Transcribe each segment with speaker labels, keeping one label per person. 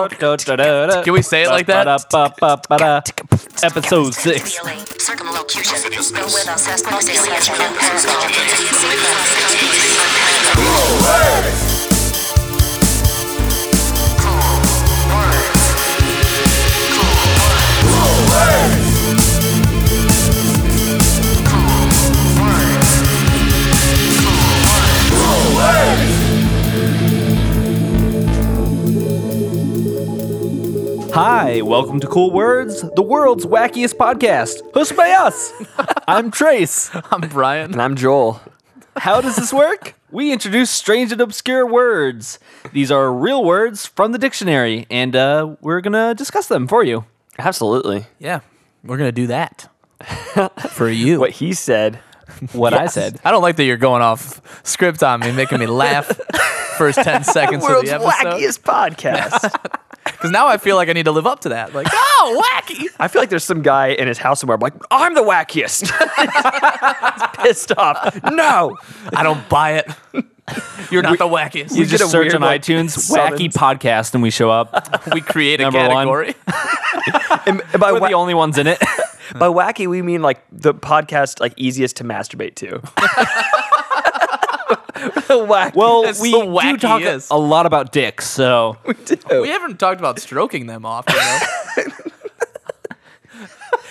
Speaker 1: Can we say it like that? Episode six.
Speaker 2: Circumlocution. Go with us.
Speaker 1: Hi, welcome to Cool Words, the world's wackiest podcast, hosted by us. I'm Trace.
Speaker 3: I'm Brian.
Speaker 4: And I'm Joel.
Speaker 1: How does this work? We introduce strange and obscure words. These are real words from the dictionary, and uh, we're gonna discuss them for you.
Speaker 4: Absolutely.
Speaker 3: Yeah, we're gonna do that for you.
Speaker 4: What he said.
Speaker 1: What I said.
Speaker 3: I don't like that you're going off script on me, making me laugh first ten seconds of the episode.
Speaker 4: podcast.
Speaker 3: Because now I feel like I need to live up to that. Like, oh, wacky.
Speaker 4: I feel like there's some guy in his house somewhere. I'm like, I'm the wackiest. He's pissed off. No.
Speaker 3: I don't buy it. You're not the wackiest.
Speaker 1: You
Speaker 3: We,
Speaker 4: get
Speaker 1: just
Speaker 4: a
Speaker 1: search
Speaker 4: weird,
Speaker 1: on
Speaker 4: like,
Speaker 1: iTunes
Speaker 4: summons.
Speaker 1: "wacky podcast" and we show up.
Speaker 3: create a
Speaker 1: Number one.
Speaker 3: category.
Speaker 4: And by,
Speaker 1: We're
Speaker 4: wa-
Speaker 1: the only ones in it.
Speaker 4: by wacky, we mean like the podcast like easiest to masturbate to.
Speaker 3: wacky.
Speaker 1: Well,
Speaker 3: That's
Speaker 1: we
Speaker 3: the
Speaker 1: do talk a,
Speaker 3: wackiest.
Speaker 1: a lot about dicks, so
Speaker 3: we haven't talked about stroking them often. Though.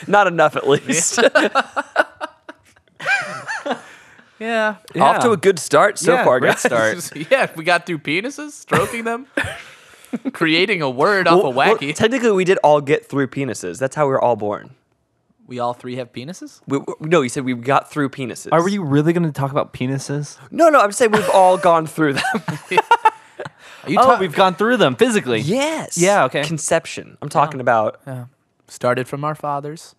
Speaker 4: Not enough, at least.
Speaker 3: yeah.
Speaker 4: Off to a good start so
Speaker 1: Yeah,
Speaker 4: far,
Speaker 1: great
Speaker 4: guys.
Speaker 1: start.
Speaker 3: yeah, we got through penises, stroking them, creating a word off
Speaker 4: Well,
Speaker 3: of
Speaker 4: well,
Speaker 3: wacky.
Speaker 4: technically, we did all get through penises. That's how we were all born.
Speaker 3: we all three have penises?
Speaker 4: We, we- no, you said we got through penises.
Speaker 1: Are we really going to talk about penises?
Speaker 4: No, no, I'm saying we've all gone through them.
Speaker 3: Are you
Speaker 1: Oh,
Speaker 3: ta-
Speaker 1: we've gone through them physically.
Speaker 4: Yes.
Speaker 1: Yeah, okay.
Speaker 4: Conception. I'm talking about.
Speaker 3: started from our fathers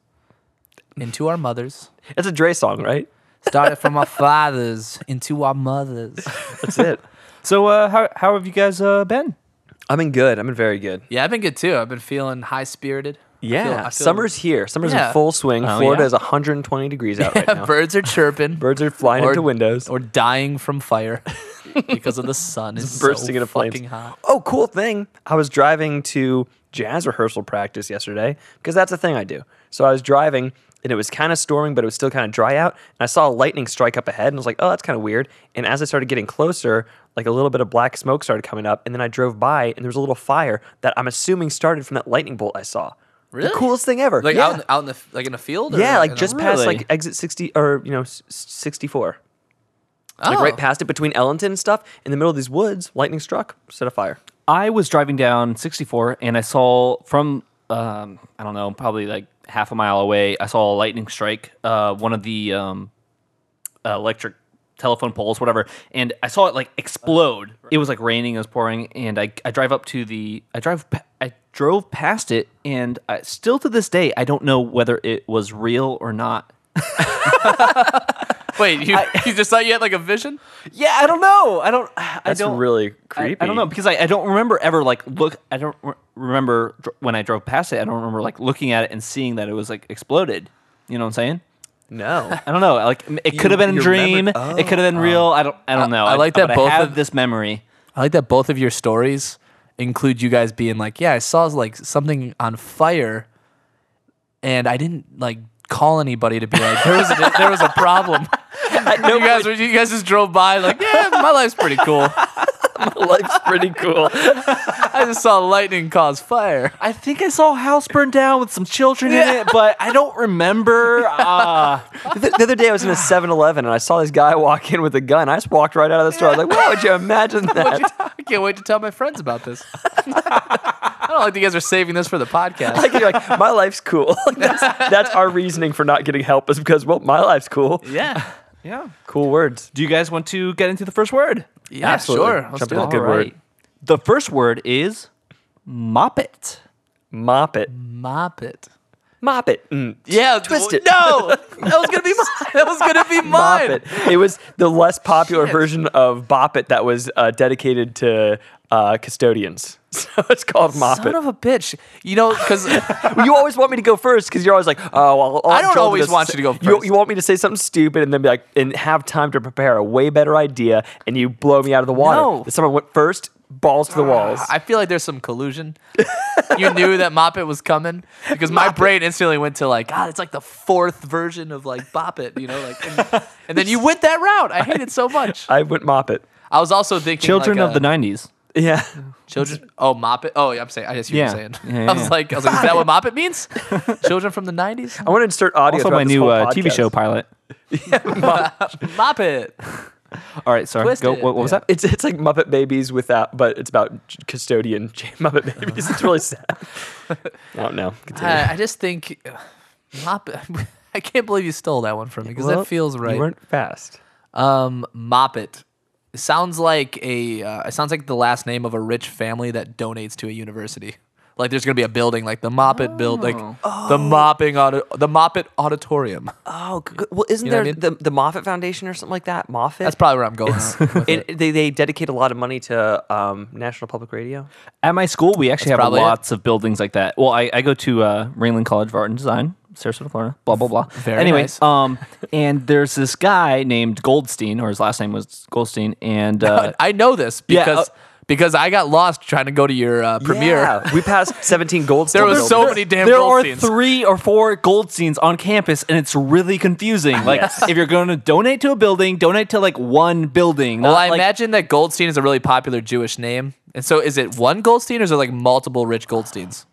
Speaker 3: into our mothers.
Speaker 4: That's a Dre song, right?
Speaker 3: Started from our fathers into our mothers.
Speaker 4: That's it.
Speaker 1: So, uh, how, how have you guys uh, been?
Speaker 4: I've been good. I've been very good.
Speaker 3: Yeah, I've been good too. I've been feeling high spirited.
Speaker 4: Yeah. Summer's here. Summer's
Speaker 3: Yeah.
Speaker 4: in full swing.
Speaker 1: Oh,
Speaker 4: Florida
Speaker 1: yeah?
Speaker 4: is 120 degrees out right now.
Speaker 3: birds are chirping.
Speaker 4: Birds are flying
Speaker 3: or-
Speaker 4: into windows.
Speaker 3: or dying from fire because of the sun is so
Speaker 4: bursting into flames.
Speaker 3: fucking hot.
Speaker 4: Oh, cool thing. I was driving to jazz rehearsal practice yesterday because that's a thing I do. So I was driving and it was kind of storming, but it was still kind of dry out. And I saw a lightning strike up ahead and I was like, oh, that's kind of weird. And as I started getting closer, like a little bit of black smoke started coming up. And then I drove by and there was a little fire that I'm assuming started from that lightning bolt I saw.
Speaker 3: Really?
Speaker 4: The coolest thing ever.
Speaker 3: Like
Speaker 4: yeah.
Speaker 3: out, in, out in the like in a field. Or
Speaker 4: yeah, like
Speaker 3: in a-
Speaker 4: just past
Speaker 1: Really?
Speaker 4: like exit 60 or, you know, s- 64. Like
Speaker 3: Oh.
Speaker 4: right past it between Ellenton and stuff. In the middle of these woods, lightning struck, set a fire.
Speaker 1: I was driving down 64 and I saw from, um, I don't know, probably like half a mile away, I saw a lightning strike, uh, one of the um, uh, electric telephone poles, whatever. And I saw it like explode. It was like raining, it was pouring. And I, I drive up to the, I drive, pa- I drove past it. And I, still to this day, I don't know whether it was real or not.
Speaker 3: Wait, you, you just thought you had like a vision?
Speaker 1: Yeah, I don't know. I don't, I
Speaker 4: That's
Speaker 1: don't
Speaker 4: really
Speaker 1: I-
Speaker 4: creepy.
Speaker 1: I, don't know because I, I don't remember ever like look. I don't re- remember dr- when I drove past it. I don't remember like looking at it and seeing that it was like exploded. You know what I'm saying?
Speaker 4: No.
Speaker 1: I don't know. Like m- it could have
Speaker 4: You-
Speaker 1: been a
Speaker 4: you
Speaker 1: dream.
Speaker 4: remember-
Speaker 1: it could have been real. I don't. Oh. I don't know.
Speaker 3: I like that
Speaker 1: but
Speaker 3: both
Speaker 1: I have
Speaker 3: of-
Speaker 1: this memory.
Speaker 3: I like that both of your stories include you guys being like, yeah, I saw like something on fire, and I didn't like call anybody to be like, there was a, there was a problem. you guys, were- you guys just drove by like, yeah, my life's pretty cool.
Speaker 4: Life's pretty cool.
Speaker 3: I just saw lightning cause fire.
Speaker 1: I think I saw a house burned down with some children in it, but I don't remember. Uh,
Speaker 4: The, the other day I was in a 7-Eleven and I saw this guy walk in with a gun. I just walked right out of the store. I was like, "Wow, would you imagine that?"
Speaker 3: I can't wait to tell my friends about this. I don't like that you guys are saving this for the podcast.
Speaker 4: like, you're like, "My life's cool." Like, that's, that's our reasoning for not getting help is because, well, my life's cool.
Speaker 3: Yeah.
Speaker 1: yeah.
Speaker 4: Cool words.
Speaker 1: Do you guys want to get into the first word?
Speaker 3: Yeah,
Speaker 4: Absolutely.
Speaker 3: sure. Let's
Speaker 4: Jump
Speaker 3: do
Speaker 4: in.
Speaker 3: it.
Speaker 4: That's a good
Speaker 1: Alright.
Speaker 4: word.
Speaker 1: The first word is moppet.
Speaker 4: Mop it.
Speaker 1: Mm.
Speaker 3: Mop it.
Speaker 4: Mop it. Mm.
Speaker 3: Yeah,
Speaker 4: Twist it.
Speaker 3: No, that was gonna be mine. That was gonna be
Speaker 4: Mop
Speaker 3: mine.
Speaker 4: it. It was the less popular
Speaker 3: Shit.
Speaker 4: version of Bop It that was uh, dedicated to uh, custodians. So it's called Moppet.
Speaker 3: Son of a bitch. You know, because
Speaker 4: you always want me to go first because you're always like, oh, well, I'll
Speaker 3: I don't
Speaker 4: Joel
Speaker 3: always
Speaker 4: this.
Speaker 3: want you to go
Speaker 4: You,
Speaker 3: first.
Speaker 4: you want me to say something stupid and then be like, and have time to prepare a way better idea, and you blow me out of the water.
Speaker 3: No. Ah,
Speaker 4: That Someone went first, balls to the walls.
Speaker 3: I feel like there's some collusion. you knew that Moppet was coming because my brain instantly went to like, God, it's like the fourth version of like Bop It, you know, like, and, and then you went that route. I hate it so much.
Speaker 4: I went Moppet.
Speaker 3: I was also thinking
Speaker 1: Children of
Speaker 3: like a-
Speaker 1: the '90s.
Speaker 4: Yeah.
Speaker 3: Children. Oh, Moppet. Oh, yeah, I'm saying. I just hear
Speaker 1: Yeah.
Speaker 3: you saying.
Speaker 1: Yeah, yeah,
Speaker 3: I was
Speaker 1: yeah.
Speaker 3: like, I was like, is that what Moppet means? Children from the '90s.
Speaker 4: I want to insert audio.
Speaker 1: Also,
Speaker 4: throughout
Speaker 1: my
Speaker 4: this
Speaker 1: new
Speaker 4: whole
Speaker 1: uh, TV
Speaker 4: podcast.
Speaker 1: show pilot.
Speaker 3: Moppet.
Speaker 1: All right, sorry. Go.
Speaker 3: Twisted.
Speaker 1: What, what was
Speaker 3: Yeah.
Speaker 1: that?
Speaker 4: It's it's like Muppet Babies without, but it's about j- custodian j- Muppet Babies. It's really sad. I don't know. Continue.
Speaker 3: Uh, I, I just think Moppet. I can't believe you stole that one from me because
Speaker 4: Well,
Speaker 3: that feels right.
Speaker 4: You weren't fast.
Speaker 3: Um, Moppet sounds like a uh, it sounds like the last name of a rich family that donates to a university. Like there's gonna be a building like the Moppet build, like the mopping auto, the Moppet auditorium.
Speaker 4: Oh, g- g- well, isn't
Speaker 3: You know
Speaker 4: there
Speaker 3: what I
Speaker 4: the the Moffat Foundation or something like that? Moffat.
Speaker 3: That's probably where I'm going. with it.
Speaker 4: It, they they dedicate a lot of money to um, National Public Radio.
Speaker 1: At my school, we actually have
Speaker 3: probably it.
Speaker 1: lots of buildings like that. Well, I, I go to uh, Ringling College of Art and Design, Sarasota, Florida. Blah blah blah.
Speaker 3: Very
Speaker 1: anyway,
Speaker 3: nice.
Speaker 1: um, and there's this guy named Goldstein, or his last name was Goldstein, and uh,
Speaker 3: I know this
Speaker 1: Yeah, uh,
Speaker 3: because because I got lost trying to go to your uh, premiere.
Speaker 4: oh. Yeah, we passed 17 gold.
Speaker 3: There was so
Speaker 4: buildings.
Speaker 3: many damn
Speaker 1: there are
Speaker 3: Goldsteins.
Speaker 1: three or four Goldsteins on campus, and it's really confusing. Like, if you're going to donate to a building, donate to like one building.
Speaker 3: Well,
Speaker 1: not,
Speaker 3: I
Speaker 1: like-
Speaker 3: imagine that Goldstein is a really popular Jewish name, and so is it one Goldstein or is there like multiple rich Goldsteins?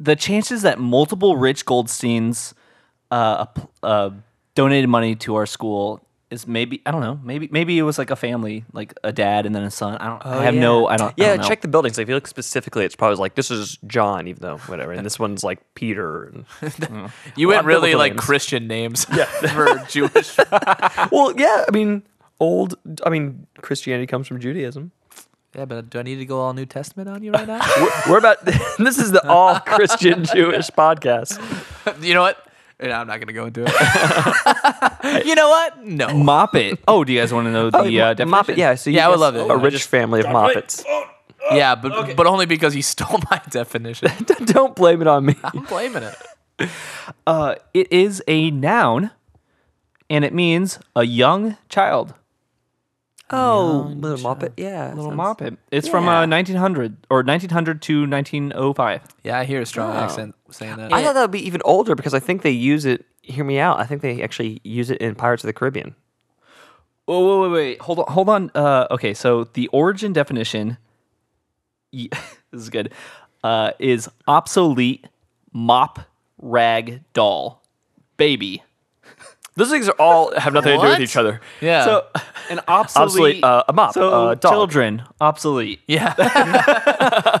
Speaker 1: the chances that multiple rich Goldsteins uh, ap- uh, donated money to our school is maybe I don't know maybe maybe it was like a family like a dad and then a son I don't I have no I don't
Speaker 4: Oh, Yeah,
Speaker 1: I don't know.
Speaker 4: check the buildings. Like, if you look specifically, it's probably like this is John, even though whatever, and this one's like Peter. And...
Speaker 3: You went really
Speaker 4: biblical
Speaker 3: like
Speaker 4: names.
Speaker 3: Christian names for Jewish
Speaker 4: well, yeah, I mean, old. I mean, Christianity comes from Judaism.
Speaker 3: Yeah, but do I need to go all New Testament on you right now?
Speaker 4: We're, we're about. this is the all Christian Jewish podcast.
Speaker 3: you know what? No, I'm not gonna go into it. you know what? No.
Speaker 1: Moppet. Oh, do you guys want to know the uh, definition?
Speaker 4: Moppet. Yeah, so you
Speaker 3: Yeah, I would
Speaker 4: guess
Speaker 3: love it.
Speaker 4: A rich family of Moppets.
Speaker 3: Yeah, but but only because you stole my definition.
Speaker 4: Don't blame it on me.
Speaker 3: I'm blaming it.
Speaker 1: Uh, it is a noun, and it means a young child.
Speaker 4: Oh, little Moppet. Yeah,
Speaker 1: Little
Speaker 4: sounds-
Speaker 1: Moppet. It's from uh, 1900 or 1900 to 1905.
Speaker 3: Yeah, I hear a strong accent saying that.
Speaker 4: I thought that would be even older because I think they use it. Hear me out. I think they actually use it in Pirates of the Caribbean.
Speaker 1: Whoa, whoa, wait, wait. Hold on. Hold on. Uh, okay, so the origin definition y- this is good. Uh, is obsolete mop rag doll baby.
Speaker 4: Those things are all have nothing to do with
Speaker 3: What?
Speaker 4: each other.
Speaker 3: yeah.
Speaker 1: So an Uh, obsolete,
Speaker 4: Obsolete, uh, a mop,
Speaker 1: So
Speaker 4: uh, dog.
Speaker 1: children obsolete.
Speaker 3: yeah.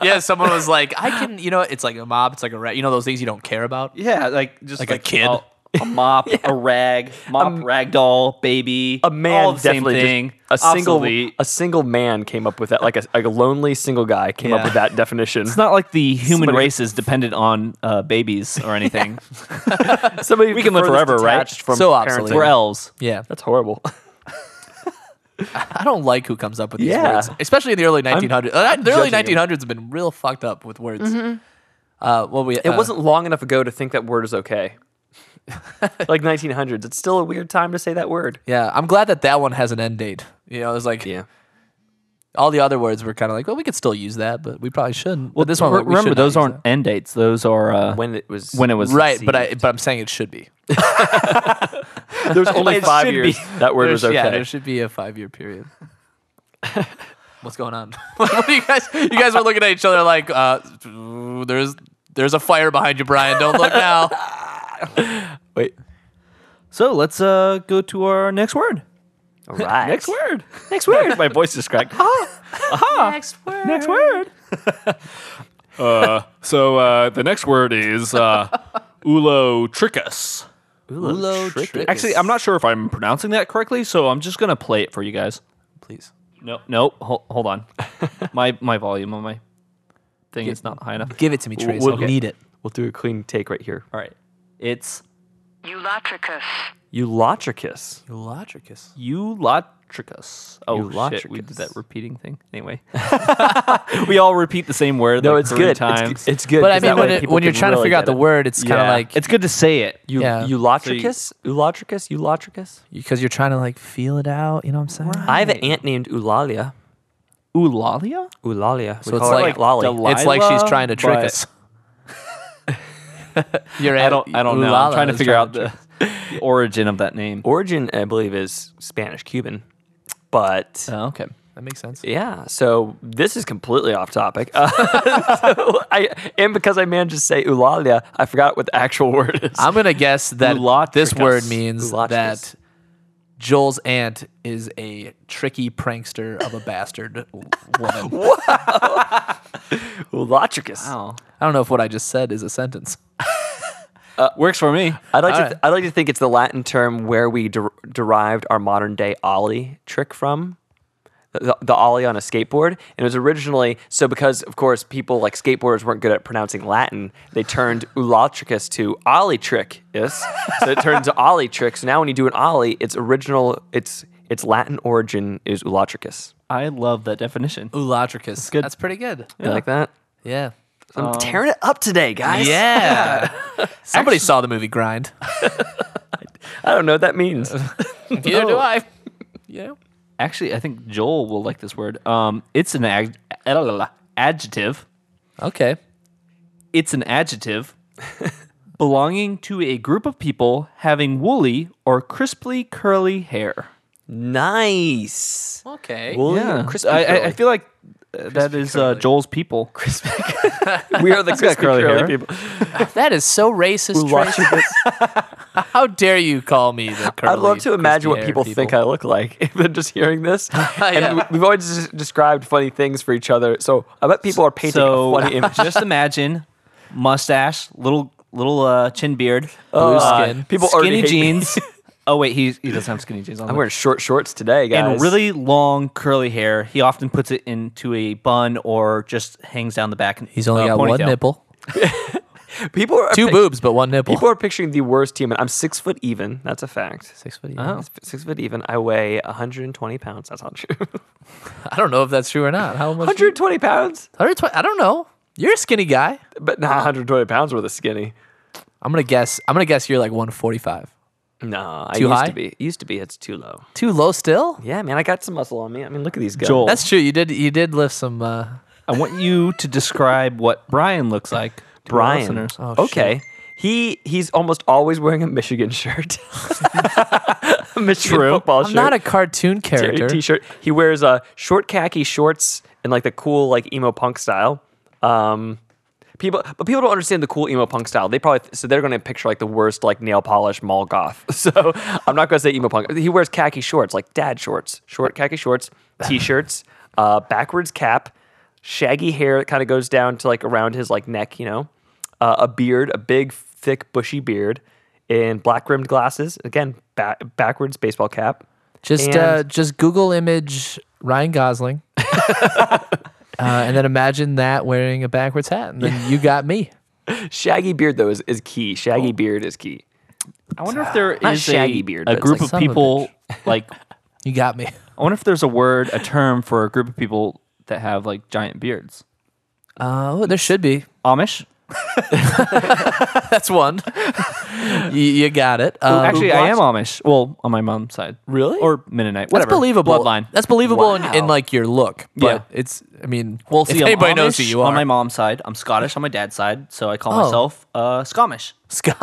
Speaker 3: yeah, someone was like, I can you know, it's like a mob, it's like a rat you know those things you don't care about?
Speaker 1: Yeah, like just
Speaker 3: Like a kid?
Speaker 1: A, a mop, a rag, mop, rag doll, baby.
Speaker 4: Um, A man
Speaker 1: all the same
Speaker 4: definitely just-
Speaker 1: thing.
Speaker 4: a single
Speaker 1: obsolete.
Speaker 4: a single man came up with that. Like a, like a lonely single guy came up
Speaker 3: Yeah.
Speaker 4: with that definition.
Speaker 1: It's not like the human
Speaker 4: Somebody-
Speaker 1: race is dependent on uh, babies or anything.
Speaker 4: Somebody
Speaker 1: We can live
Speaker 4: furthest
Speaker 1: forever, right?
Speaker 4: detached From
Speaker 3: So
Speaker 4: parenting.
Speaker 3: obsolete.
Speaker 1: We're elves.
Speaker 3: Yeah.
Speaker 4: That's horrible.
Speaker 3: I don't like who comes up with these
Speaker 4: Yeah.
Speaker 3: words, especially in the early 1900s. Uh, the early
Speaker 4: judging you. Mm-hmm.
Speaker 3: 1900s have been real fucked up with words. Uh, well, we
Speaker 4: It wasn't long enough ago to think that word is okay. like 1900s, it's still a weird time to say that word.
Speaker 3: Yeah, I'm glad that that one has an end date. You know, it's like all the other words were kind of like, well, we could still use that, but we probably shouldn't. Well, this one, we- we
Speaker 1: remember
Speaker 3: should not
Speaker 1: those
Speaker 3: use
Speaker 1: aren't end dates. Those are uh,
Speaker 4: when it was
Speaker 1: when it was
Speaker 3: that. right. But I, but I'm saying it should be.
Speaker 4: there was only
Speaker 1: It
Speaker 4: five
Speaker 1: should
Speaker 4: years
Speaker 1: be.
Speaker 4: that word
Speaker 3: There
Speaker 4: was
Speaker 3: should-
Speaker 4: okay.
Speaker 3: Yeah, there should be a five year period. What's going on? what are you guys? You guys were looking at each other like, uh, there's there's a fire behind you, Brian. Don't look now.
Speaker 4: Wait,
Speaker 1: So let's uh, go to our next word.
Speaker 4: all right.
Speaker 1: Next word. Next word. My voice is cracked.
Speaker 3: Uh-huh.
Speaker 1: Uh-huh.
Speaker 3: Next word.
Speaker 1: Next word.
Speaker 5: So uh, the next word is uh, ulotricus.
Speaker 3: Ulotricus.
Speaker 1: Actually, I'm not sure if I'm pronouncing that correctly, so I'm just gonna play it for you guys.
Speaker 3: Please.
Speaker 1: No, no, hold, hold on. my my volume on my thing is not high enough.
Speaker 3: Give it to me, Trace. I
Speaker 1: okay.
Speaker 3: need it.
Speaker 4: We'll do a clean take right here.
Speaker 1: All right, it's
Speaker 2: Eulotricus.
Speaker 4: Eulotricus.
Speaker 3: Ulotricus.
Speaker 1: eulot Eulotricus. Oh shit, we did that
Speaker 4: Eulotricus.
Speaker 1: repeating thing. Anyway, we all repeat the same word.
Speaker 4: No,
Speaker 1: like,
Speaker 4: it's
Speaker 1: three
Speaker 4: good. It's good-
Speaker 1: Times.
Speaker 4: It's, good.
Speaker 3: But I
Speaker 4: 'cause
Speaker 3: mean,
Speaker 4: that
Speaker 3: when,
Speaker 4: way
Speaker 3: it,
Speaker 4: people
Speaker 3: when you're
Speaker 4: can
Speaker 3: trying to
Speaker 4: really
Speaker 3: figure out
Speaker 4: get
Speaker 3: the
Speaker 4: it.
Speaker 3: word, it's kind of
Speaker 1: Yeah.
Speaker 3: like
Speaker 1: it's good to say it. You,
Speaker 4: Eu-
Speaker 3: Yeah.
Speaker 4: Eulotricus, Eulotricus, Eulotricus.
Speaker 3: because you're trying to like feel it out. You know what I'm saying?
Speaker 4: I have an aunt named Eulalia.
Speaker 1: Eulalia?
Speaker 4: Eulalia. We
Speaker 3: So it's
Speaker 4: call her
Speaker 3: like
Speaker 4: Aunt Lolly.
Speaker 1: Delilah?
Speaker 3: it's like she's trying to trick
Speaker 1: but-
Speaker 3: us. Your
Speaker 1: I don't. I don't know. I'm trying to figure out
Speaker 3: the.
Speaker 1: the, the origin of that name.
Speaker 4: Origin, I believe, is Spanish Cuban, but
Speaker 1: Oh, okay.
Speaker 3: That makes sense.
Speaker 4: Yeah, so this is completely off topic. Uh, so I and because I managed to say ulalia, I forgot what the actual word is.
Speaker 3: I'm gonna guess that this
Speaker 1: Ulotricus.
Speaker 3: word means
Speaker 4: Ulotricus.
Speaker 3: that Joel's aunt is a tricky prankster of a bastard woman.
Speaker 4: Ulatricus.
Speaker 1: Wow.
Speaker 3: I don't know if what I just said is a sentence.
Speaker 1: Uh, Works for me.
Speaker 4: I'd like to.
Speaker 3: Alright.
Speaker 4: Th- I'd like to think it's the Latin term where we der- derived our modern day ollie trick from. The, the ollie on a skateboard, and it was originally so because of course people like skateboarders weren't good at pronouncing Latin. They turned ulatricus to ollie trick is, so it turns to ollie trick. So now when you do an ollie, its original, its its Latin origin is ulatricus.
Speaker 1: I love that definition.
Speaker 3: Ulotricus. That's,
Speaker 1: good.
Speaker 3: pretty good.
Speaker 4: You like that?
Speaker 3: Yeah.
Speaker 4: I'm tearing it up today, guys.
Speaker 3: Yeah. Somebody saw the movie Grind.
Speaker 4: I don't know what that means.
Speaker 3: Neither do I. Yeah.
Speaker 1: Actually, I think Joel will like this word. Um, it's an ag- eh, adjective.
Speaker 3: Okay.
Speaker 1: It's an adjective belonging to a group of people having woolly or crisply curly hair.
Speaker 4: nice.
Speaker 3: Okay.
Speaker 4: Woolly
Speaker 1: Yeah,
Speaker 4: or crispy
Speaker 1: I, I, I
Speaker 4: curly?
Speaker 1: feel like uh, that is uh, Joel's people. Crispy.
Speaker 4: we are the crispy
Speaker 1: curly
Speaker 4: curly,
Speaker 1: hair.
Speaker 4: people.
Speaker 3: that is so racist. Trace. How dare you call me the curly?
Speaker 4: I'd love to imagine what
Speaker 3: crispy-haired
Speaker 4: people, think I look like if they're just hearing this.
Speaker 3: Yeah.
Speaker 4: And we- we've always just described funny things for each other, so I bet people are painting
Speaker 1: So
Speaker 4: a funny image.
Speaker 1: just imagine mustache, little little uh, chin beard,
Speaker 3: blue
Speaker 4: Uh,
Speaker 3: skin.
Speaker 4: people already
Speaker 1: skinny
Speaker 4: hate me.
Speaker 1: jeans. oh wait, he he doesn't have skinny jeans. On
Speaker 4: I'm wearing short shorts today, guys.
Speaker 1: and really long curly hair. He often puts it into a bun or just hangs down the back. And,
Speaker 3: He's only
Speaker 1: uh,
Speaker 3: got one
Speaker 1: ponytail.
Speaker 3: nipple,
Speaker 4: people are
Speaker 3: two
Speaker 4: pic-
Speaker 3: boobs, but one nipple.
Speaker 4: People are picturing the worst human. I'm six foot even. That's a fact.
Speaker 3: Six foot.
Speaker 1: Oh.
Speaker 4: Six foot even. I weigh 120 pounds. That's not true.
Speaker 3: I don't know if that's true or not. How much?
Speaker 4: 120 pounds,
Speaker 3: 120 I don't know. You're a skinny guy.
Speaker 4: but not 120 pounds worth of skinny.
Speaker 3: I'm gonna guess. I'm gonna guess you're like 145.
Speaker 4: No, I
Speaker 3: Too
Speaker 4: used
Speaker 3: high?
Speaker 4: to be. Used to be. It's too low.
Speaker 3: Too low still.
Speaker 4: Yeah, man, I got some muscle on me. I mean, look at these guys.
Speaker 1: Joel.
Speaker 3: That's true. You did. You did lift some. Uh,
Speaker 1: I want you to describe what Brian looks like. to our
Speaker 4: Brian.
Speaker 1: listeners.
Speaker 3: Oh,
Speaker 4: okay. He he's almost always wearing a Michigan shirt. a Michigan football
Speaker 3: I'm
Speaker 4: shirt.
Speaker 3: not a cartoon
Speaker 4: Terry
Speaker 3: character.
Speaker 4: t-shirt. He wears uh, short khaki shorts and like the cool like emo punk style. Um, people, but people don't understand the cool emo punk style. They probably so they're going to picture like the worst like nail polish mall goth. So I'm not going to say emo punk. He wears khaki shorts, like dad shorts, short khaki shorts, t-shirts, uh, backwards cap, shaggy hair that kind of goes down to like around his like neck, you know, uh, a beard, a big thick bushy beard. And black rimmed glasses. Again, ba- backwards baseball cap.
Speaker 3: Just
Speaker 4: And-
Speaker 3: uh, just Google image Ryan Gosling, uh, and then imagine that wearing a backwards hat, and then you got me.
Speaker 4: Shaggy beard though is, is key.
Speaker 3: Oh.
Speaker 4: Shaggy beard is key.
Speaker 1: I wonder if there
Speaker 4: Not
Speaker 1: is
Speaker 4: shaggy
Speaker 1: a,
Speaker 4: beard,
Speaker 1: a
Speaker 4: but it's
Speaker 1: group
Speaker 3: like
Speaker 1: of
Speaker 3: son of a
Speaker 1: people like. I
Speaker 3: You got me.
Speaker 1: wonder if there's a word, a term for a group of people that have like giant beards.
Speaker 3: Uh, oh, there should be.
Speaker 1: Amish.
Speaker 3: That's one. you, you got it. Um,
Speaker 1: Actually, I am Amish. Well, on my mom's side, Uh, really, or Mennonite.
Speaker 3: That's
Speaker 1: Whatever.
Speaker 3: believable.
Speaker 1: Bloodline.
Speaker 3: That's believable in, in
Speaker 4: Wow.
Speaker 3: like your look. But
Speaker 1: Yeah.
Speaker 3: it's. I mean,
Speaker 1: Well,
Speaker 3: if
Speaker 1: see, I'm
Speaker 3: anybody
Speaker 1: Amish
Speaker 3: knows who you are,
Speaker 1: on my mom's side, I'm Scottish on my dad's side, so I call
Speaker 3: Oh.
Speaker 1: myself uh, Scomish.
Speaker 3: ska.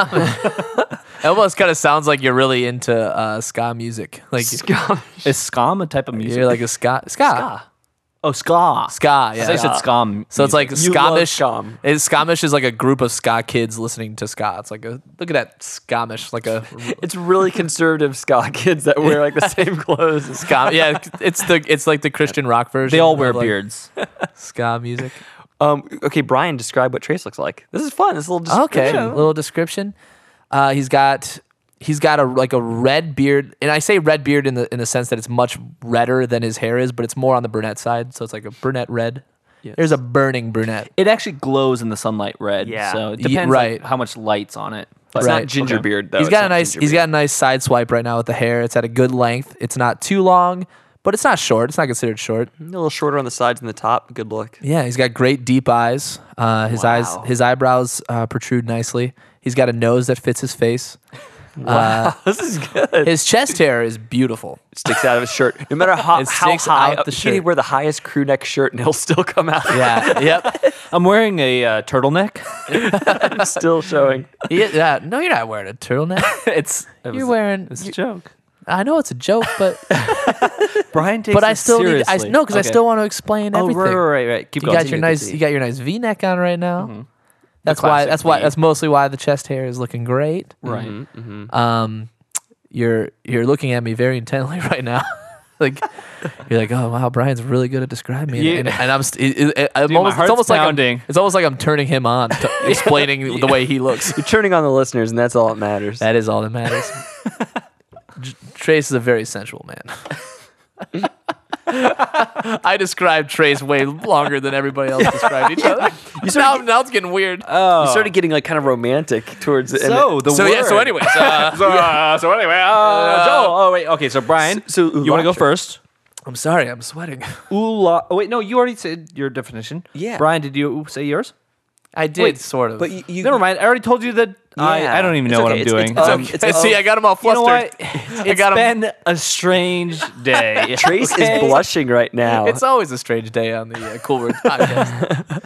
Speaker 3: it almost kind of sounds like you're really into uh, ska music. Like
Speaker 1: Is scum a type of music?
Speaker 3: you're like a ska ska ska.
Speaker 1: oh, ska.
Speaker 3: yeah.
Speaker 1: I said scum.
Speaker 3: So it's like
Speaker 4: You love
Speaker 3: Scamish.
Speaker 4: scum.
Speaker 3: Is Scamish is like a group of ska kids listening to ska. It's like a look at that Scamish, like a
Speaker 4: It's really conservative ska kids that wear like the same clothes. as-
Speaker 3: ska. Yeah, it's the it's like the Christian rock version.
Speaker 1: They all wear
Speaker 3: of, like,
Speaker 1: beards.
Speaker 3: Ska music.
Speaker 4: Um, okay, Brian, describe what Trace looks like. This is fun. This little
Speaker 3: Okay,
Speaker 4: description.
Speaker 3: little description. Uh, he's got he's got a like a red beard, and I say red beard in the in the sense that it's much redder than his hair is, but it's more on the brunette side, so it's like a brunette red. There's a burning brunette.
Speaker 1: It actually glows in the sunlight red.
Speaker 4: Yeah.
Speaker 1: So it
Speaker 3: Ye-
Speaker 1: depends
Speaker 3: right.
Speaker 1: like, how much light's on it.
Speaker 4: It's
Speaker 3: Right,
Speaker 4: not ginger
Speaker 1: okay.
Speaker 4: beard though.
Speaker 3: he's
Speaker 4: It's
Speaker 3: got
Speaker 4: not
Speaker 3: a nice
Speaker 4: ginger
Speaker 3: he's
Speaker 4: beard.
Speaker 3: got a nice side swipe right now with the hair. It's at a good length. It's not too long, but it's not short. It's not considered short.
Speaker 4: a little shorter on the sides than the top. Good look.
Speaker 3: Yeah, he's got great deep eyes. Uh, his
Speaker 4: Wow.
Speaker 3: eyes his eyebrows uh, protrude nicely. He's got a nose that fits his face.
Speaker 4: this is good.
Speaker 3: His chest hair is beautiful.
Speaker 4: It sticks out of his shirt. No matter how,
Speaker 3: It
Speaker 4: how
Speaker 3: sticks
Speaker 4: high
Speaker 3: out
Speaker 4: up,
Speaker 3: the
Speaker 4: you can't even
Speaker 3: shirt.
Speaker 4: wear the highest crew neck shirt and he'll still come out.
Speaker 3: Yeah. yep.
Speaker 1: I'm wearing a uh, turtleneck.
Speaker 4: it's still showing.
Speaker 3: Yeah, yeah. No, you're not wearing a turtleneck.
Speaker 1: it's
Speaker 3: You're wearing.
Speaker 1: It's a
Speaker 3: you-
Speaker 1: joke.
Speaker 3: I know it's a joke, but
Speaker 1: Brian takes
Speaker 3: but
Speaker 1: it
Speaker 3: I still need. I,
Speaker 1: seriously.
Speaker 3: no, because I
Speaker 1: Okay.
Speaker 3: still want to explain
Speaker 1: Oh,
Speaker 3: everything.
Speaker 1: right, right, right, right. Keep
Speaker 3: You
Speaker 1: going.
Speaker 3: got your nice. You got your nice V-neck on right now.
Speaker 1: Mm-hmm.
Speaker 3: That's why.
Speaker 4: classic
Speaker 3: That's why.
Speaker 4: V.
Speaker 3: That's mostly why the chest hair is looking great.
Speaker 1: right.
Speaker 3: Um, you're you're looking at me very intently right now. like you're like, oh wow, Brian's really good at describing me,
Speaker 1: Yeah.
Speaker 3: and, and I'm. St- it, it, I'm
Speaker 1: my
Speaker 3: almost, it's
Speaker 1: heart's
Speaker 3: almost like I'm,
Speaker 1: pounding.
Speaker 3: it's almost like I'm turning him on, to explaining the way he looks.
Speaker 4: You're turning on the listeners, and that's all that matters.
Speaker 3: That is all that matters. J- Trace is a very sensual man. I described Trace way longer than everybody else described each other. now, now it's getting weird.
Speaker 4: You started getting like kind of romantic towards it. and
Speaker 1: So
Speaker 4: it-
Speaker 1: the
Speaker 3: so
Speaker 1: word.
Speaker 3: yeah. So anyways, uh,
Speaker 5: So, uh, so anyway, uh,
Speaker 1: Uh, Joel. Oh wait. Okay. So Brian.
Speaker 4: So- so
Speaker 1: you want to go
Speaker 4: Ulacher.
Speaker 1: first?
Speaker 3: I'm sorry, I'm sweating.
Speaker 1: Ula. Oh wait. No. You already said your definition.
Speaker 4: Yeah.
Speaker 1: Brian, did you say yours?
Speaker 3: I did
Speaker 1: Wait,
Speaker 3: sort of.
Speaker 4: but you, you
Speaker 1: Never mind. I already told you that.
Speaker 4: Yeah.
Speaker 1: I, I don't even
Speaker 4: It's
Speaker 1: know what
Speaker 4: okay,
Speaker 1: I'm
Speaker 4: it's-
Speaker 1: doing.
Speaker 4: it's- it's
Speaker 1: Um,
Speaker 4: okay.
Speaker 3: I see, I got him all
Speaker 1: you know
Speaker 3: flustered.
Speaker 1: what? It's
Speaker 3: got 'em.
Speaker 1: been a strange day.
Speaker 4: Trace
Speaker 1: okay?
Speaker 4: is blushing right now.
Speaker 3: It's always a strange day on the uh, Cool Words podcast.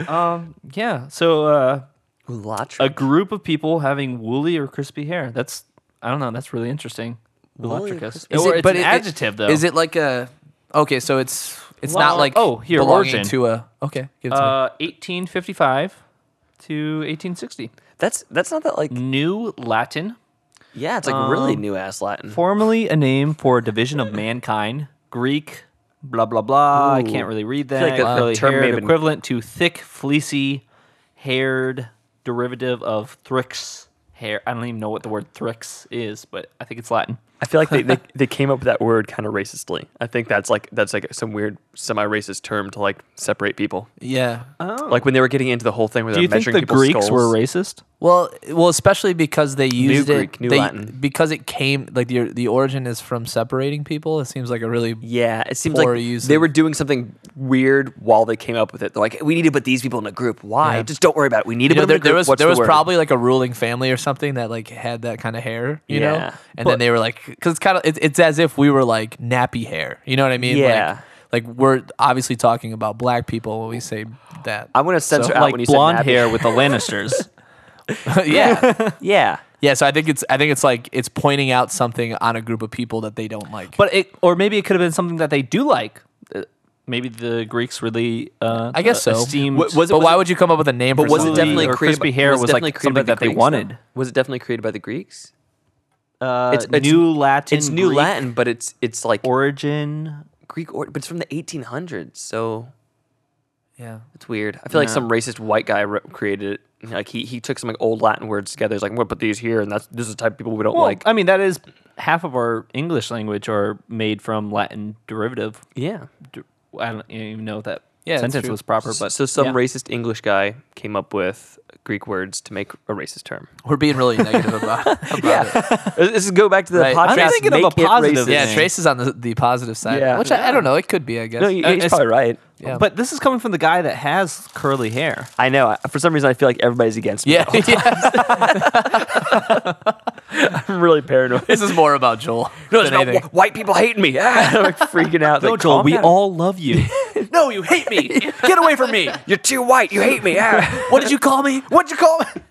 Speaker 1: Yeah. So uh,
Speaker 4: Ulatra.
Speaker 1: a group of people having woolly or crispy hair. That's I don't know. That's really interesting.
Speaker 4: Woolly or
Speaker 1: Electricus.
Speaker 3: Is
Speaker 1: or
Speaker 3: it-
Speaker 1: it's
Speaker 3: but
Speaker 1: an
Speaker 3: it- it-
Speaker 1: adjective though.
Speaker 3: Is it like a? Okay, so it's it's
Speaker 1: Well,
Speaker 3: not like
Speaker 1: oh, here,
Speaker 3: belonging
Speaker 1: origin.
Speaker 3: to a. Okay, give it to me.
Speaker 1: Uh, 1855 to 1860.
Speaker 4: That's that's not that like
Speaker 1: New Latin,
Speaker 4: yeah. It's like really new ass Latin.
Speaker 1: formerly a name for a division of mankind. Greek, blah blah blah. I can't
Speaker 4: Ooh.
Speaker 1: really read
Speaker 4: I
Speaker 1: that.
Speaker 4: feel like that- that
Speaker 1: Curly
Speaker 4: term may
Speaker 1: haired,
Speaker 4: have been-
Speaker 1: equivalent to thick, fleecy, haired derivative of thrix hair. I don't even know what the word thrix is, but I think it's Latin.
Speaker 4: I feel like they, they, they came up with that word kind of racistly. I think that's like that's like some weird semi-racist term to like separate people.
Speaker 3: yeah.
Speaker 4: Like when they were getting into the whole thing where
Speaker 1: Oh. Do
Speaker 4: they're
Speaker 1: you think
Speaker 4: measuring
Speaker 1: the
Speaker 4: people's
Speaker 1: Greeks
Speaker 4: skulls.
Speaker 1: were racist?
Speaker 3: Well, well, especially because they used it
Speaker 4: Greek, New
Speaker 3: they-
Speaker 4: Latin.
Speaker 3: because it came like the the origin is from separating people. It seems like a really
Speaker 4: Yeah, it seems
Speaker 3: Poor
Speaker 4: like
Speaker 3: use
Speaker 4: they
Speaker 3: of-
Speaker 4: were doing something weird while they came up with it. They're like, we need to put these people in a group. Why? Just don't worry about it. We need
Speaker 3: you
Speaker 4: to
Speaker 3: know,
Speaker 4: put them
Speaker 3: there,
Speaker 4: in a group.
Speaker 3: there was
Speaker 4: What's
Speaker 3: there
Speaker 4: the
Speaker 3: was
Speaker 4: word?
Speaker 3: probably like a ruling family or something that like had that kind of hair, you know.
Speaker 4: Yeah.
Speaker 3: And then they were like, because it's kind of it, it's as if we were like nappy hair, you know what I mean?
Speaker 4: Yeah.
Speaker 3: Like, like we're obviously talking about black people when we say that.
Speaker 4: I'm gonna censor out
Speaker 1: Like
Speaker 4: when you
Speaker 1: blonde
Speaker 4: said nappy.
Speaker 1: hair with the Lannisters.
Speaker 3: yeah,
Speaker 4: Yeah,
Speaker 3: yeah. So I think it's I think it's like it's pointing out something on a group of people that they don't like.
Speaker 1: But it, or maybe it could have been something that they do like. Uh, Maybe the Greeks really, uh,
Speaker 3: I guess
Speaker 1: uh,
Speaker 3: so.
Speaker 1: esteemed.
Speaker 4: Wa- was it-
Speaker 3: but why would you come up with a name? for
Speaker 4: but was it
Speaker 1: Woolly
Speaker 3: something?
Speaker 4: definitely
Speaker 1: or
Speaker 4: created?
Speaker 1: crispy
Speaker 4: by-
Speaker 1: hair was, like,
Speaker 4: definitely created by
Speaker 1: something
Speaker 4: the
Speaker 1: that they
Speaker 4: Greeks, though?
Speaker 1: wanted.
Speaker 4: Was it definitely created by the Greeks?
Speaker 1: uh,
Speaker 4: it's- it's-
Speaker 1: new Latin.
Speaker 4: It's New
Speaker 1: Greek
Speaker 4: Latin, but it's it's like
Speaker 1: origin.
Speaker 4: Greek, or, but it's from the 1800s, so
Speaker 3: yeah.
Speaker 4: It's weird. I feel like some racist white guy wrote, created it. Like he, he took some like old Latin words together. He's like, I'm gonna put these here, and that's this is the type of people we don't
Speaker 1: Well,
Speaker 4: like.
Speaker 1: I mean, that is half of our English language are made from Latin derivative.
Speaker 4: yeah.
Speaker 1: Der- I don't even know if that
Speaker 3: Yeah, that's
Speaker 1: sentence
Speaker 3: true.
Speaker 1: was proper,
Speaker 4: But
Speaker 1: but
Speaker 4: so some
Speaker 1: yeah.
Speaker 4: racist English guy came up with Greek words to make a racist term.
Speaker 3: We're being really negative about, about it.
Speaker 4: this is go back to the
Speaker 3: Right.
Speaker 4: podcast.
Speaker 3: I'm
Speaker 1: thinking of a
Speaker 4: Make It
Speaker 1: positive
Speaker 4: Racist.
Speaker 1: thing.
Speaker 3: Yeah,
Speaker 1: Yeah.
Speaker 3: Trace is on the, the positive side,
Speaker 4: Yeah.
Speaker 3: which I, I don't know. It could be, I guess.
Speaker 4: No, he-
Speaker 1: Uh,
Speaker 4: Oh, he's
Speaker 1: it's-
Speaker 4: probably right.
Speaker 3: yeah.
Speaker 1: But this is coming from the guy that has curly hair.
Speaker 4: I know. I- For some reason, I feel like everybody's against me.
Speaker 3: yeah, yeah.
Speaker 4: I'm really paranoid.
Speaker 3: this is more about Joel
Speaker 4: No, it's
Speaker 3: than
Speaker 4: about
Speaker 3: anything.
Speaker 4: wh- white people hating me. Ah, I'm like freaking out.
Speaker 1: No,
Speaker 4: Like,
Speaker 1: Joel,
Speaker 4: calm
Speaker 1: we
Speaker 4: down.
Speaker 1: all love you.
Speaker 3: no, you hate me. Get away from me.
Speaker 4: You're too white. You hate me. Ah.
Speaker 3: What did you call me?
Speaker 4: What'd you call me?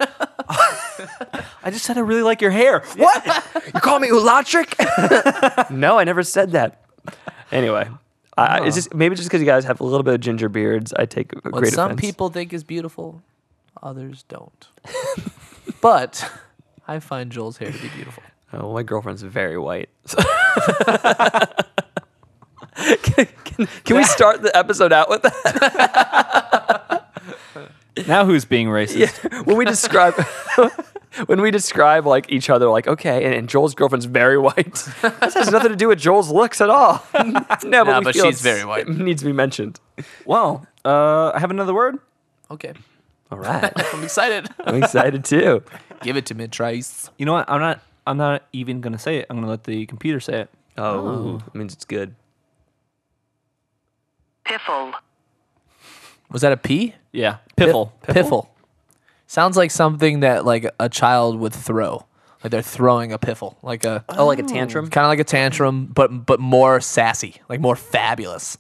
Speaker 1: I just said I really like your hair.
Speaker 4: What? you call me Ulatric? no, I never said that. Anyway, I I it's just maybe just because you guys have a little bit of ginger beards, I take a
Speaker 3: What
Speaker 4: great
Speaker 3: some
Speaker 4: offense.
Speaker 3: people think is beautiful, others don't. but I find Joel's hair to be beautiful.
Speaker 4: Oh, my girlfriend's very white. can, can, can we start the episode out with that?
Speaker 1: Now who's being racist?
Speaker 4: when we describe when we describe like each other, like okay, and, and Joel's girlfriend's very white. This has nothing to do with Joel's looks at all. no, but,
Speaker 3: Nah,
Speaker 4: we
Speaker 3: but
Speaker 4: feel
Speaker 3: she's
Speaker 4: it's-
Speaker 3: very white.
Speaker 4: It needs to be mentioned.
Speaker 1: Well, uh, I have another word.
Speaker 3: Okay.
Speaker 4: All right.
Speaker 3: I'm excited.
Speaker 4: I'm excited too.
Speaker 3: Give it to me, Trace.
Speaker 1: You know what? I'm not. I'm not even gonna say it. I'm gonna let the computer say it.
Speaker 4: Oh, it means it's good.
Speaker 2: Piffle.
Speaker 3: Was that a P?
Speaker 1: Yeah, piffle.
Speaker 3: Piffle. Sounds like something that like a child would throw. Like they're throwing a piffle, like a
Speaker 4: Oh, like a tantrum?
Speaker 3: kind of like a tantrum, but but more sassy, like more fabulous.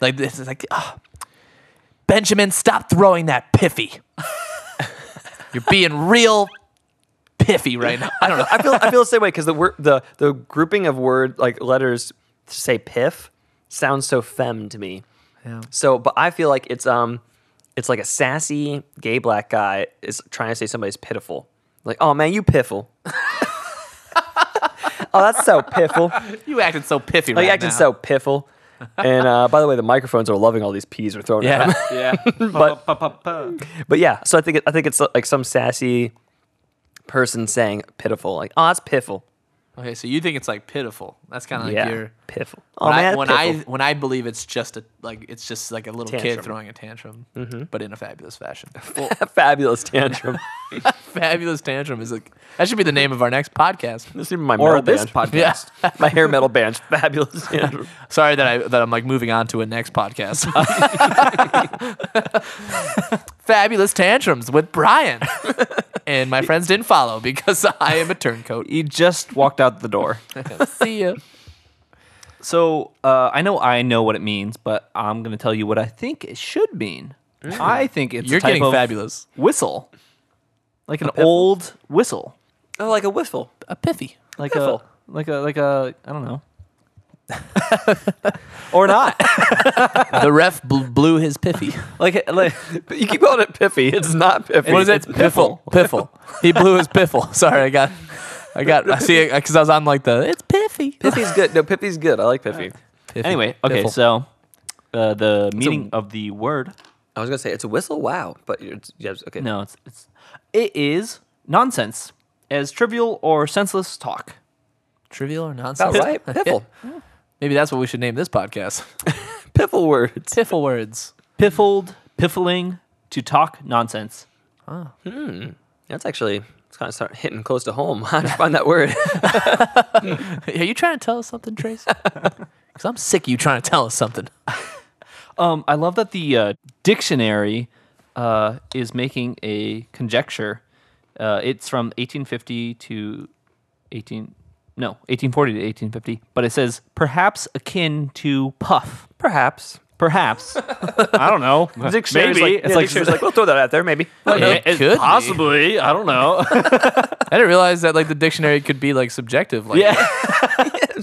Speaker 3: Like this is like, "Ah, Benjamin, stop throwing that piffy. You're being real piffy right now. I don't know.
Speaker 4: I feel I feel the same way because the word the the grouping of word like letters to say piff sounds so femme to me. Yeah. So, but I feel like it's um, it's like a sassy gay black guy is trying to say somebody's pitiful. Like, oh man, you piffle. oh, that's so piffle. Like
Speaker 3: You acting so piffy right
Speaker 4: Oh, acting
Speaker 3: now.
Speaker 4: so piffle. And uh, by the way, the microphones are loving all these peas we're throwing. at
Speaker 3: Yeah.
Speaker 4: them.
Speaker 1: Yeah,
Speaker 4: But- But yeah, so I think it, I think it's like some sassy person saying pitiful. Like, oh, that's piffle.
Speaker 3: okay, so you think it's like pitiful. That's kind of like
Speaker 4: yeah,
Speaker 3: your
Speaker 4: piffle. Oh
Speaker 3: When, I,
Speaker 4: man,
Speaker 3: when
Speaker 4: piffle.
Speaker 3: I when I believe it's just a like it's just like a little kid
Speaker 4: Tantrum. Mm-hmm.
Speaker 3: throwing a tantrum, but in a fabulous fashion.
Speaker 4: a fabulous tantrum.
Speaker 3: fabulous tantrum is like that should be the name of our next podcast.
Speaker 4: this is my
Speaker 1: or
Speaker 4: metal
Speaker 1: this
Speaker 4: band.
Speaker 1: podcast.
Speaker 3: Yeah.
Speaker 4: my hair metal band. Fabulous tantrum.
Speaker 3: Sorry that I that I'm like moving on to a next podcast. fabulous tantrums with Brian, and my friends didn't follow because I am a turncoat.
Speaker 1: He just walked out the door.
Speaker 3: See ya.
Speaker 1: So uh, I know I know what it means, but I'm gonna tell you what I think it should mean. I think it's
Speaker 3: You're
Speaker 1: a type
Speaker 3: getting
Speaker 1: of
Speaker 3: fabulous.
Speaker 1: whistle, like an old whistle,
Speaker 4: Oh, like a whiffle.
Speaker 3: A piffy.
Speaker 1: like
Speaker 4: Piffle.
Speaker 1: a like a like a I don't know, or not.
Speaker 3: The ref bl- blew his piffy.
Speaker 1: like like
Speaker 4: But you keep calling it piffy. It's not piffy.
Speaker 3: What is it?
Speaker 4: It's piffle.
Speaker 3: Piffle. He blew his piffle. Sorry, I got, I got. I see, because I was on like the. It's piffy.
Speaker 4: Piffy's good. No, piffy's good. I like piffy.
Speaker 3: Piffy.
Speaker 1: anyway. Okay,
Speaker 3: Piffle.
Speaker 1: so uh, the meaning of the word.
Speaker 4: I was gonna say it's a whistle. Wow, but it's, yeah, it's- okay.
Speaker 1: No, it's it's it is nonsense as trivial or senseless talk.
Speaker 3: trivial or
Speaker 4: About
Speaker 3: nonsense.
Speaker 4: right. Piffle.
Speaker 3: Maybe that's what we should name this podcast.
Speaker 4: Piffle words.
Speaker 3: Piffle words.
Speaker 1: Piffled, piffling, to talk nonsense.
Speaker 4: That's actually it's kind of start hitting close to home. How'd you find that word?
Speaker 3: Are you trying to tell us something, Trace? Because I'm sick of you trying to tell us something.
Speaker 1: Um, I love that the uh, dictionary uh, is making a conjecture. Uh, it's from 1850 to 18 no 1840 to 1850, but it says perhaps akin to puff.
Speaker 4: Perhaps.
Speaker 1: Perhaps I don't know.
Speaker 4: Dictionary's
Speaker 1: Maybe
Speaker 4: Like, yeah, it's like, like we'll throw that out there. Maybe.
Speaker 3: It
Speaker 5: It-
Speaker 3: could be.
Speaker 5: possibly. I don't know.
Speaker 3: I didn't realize that like the dictionary could be like subjective. Like,
Speaker 1: yeah.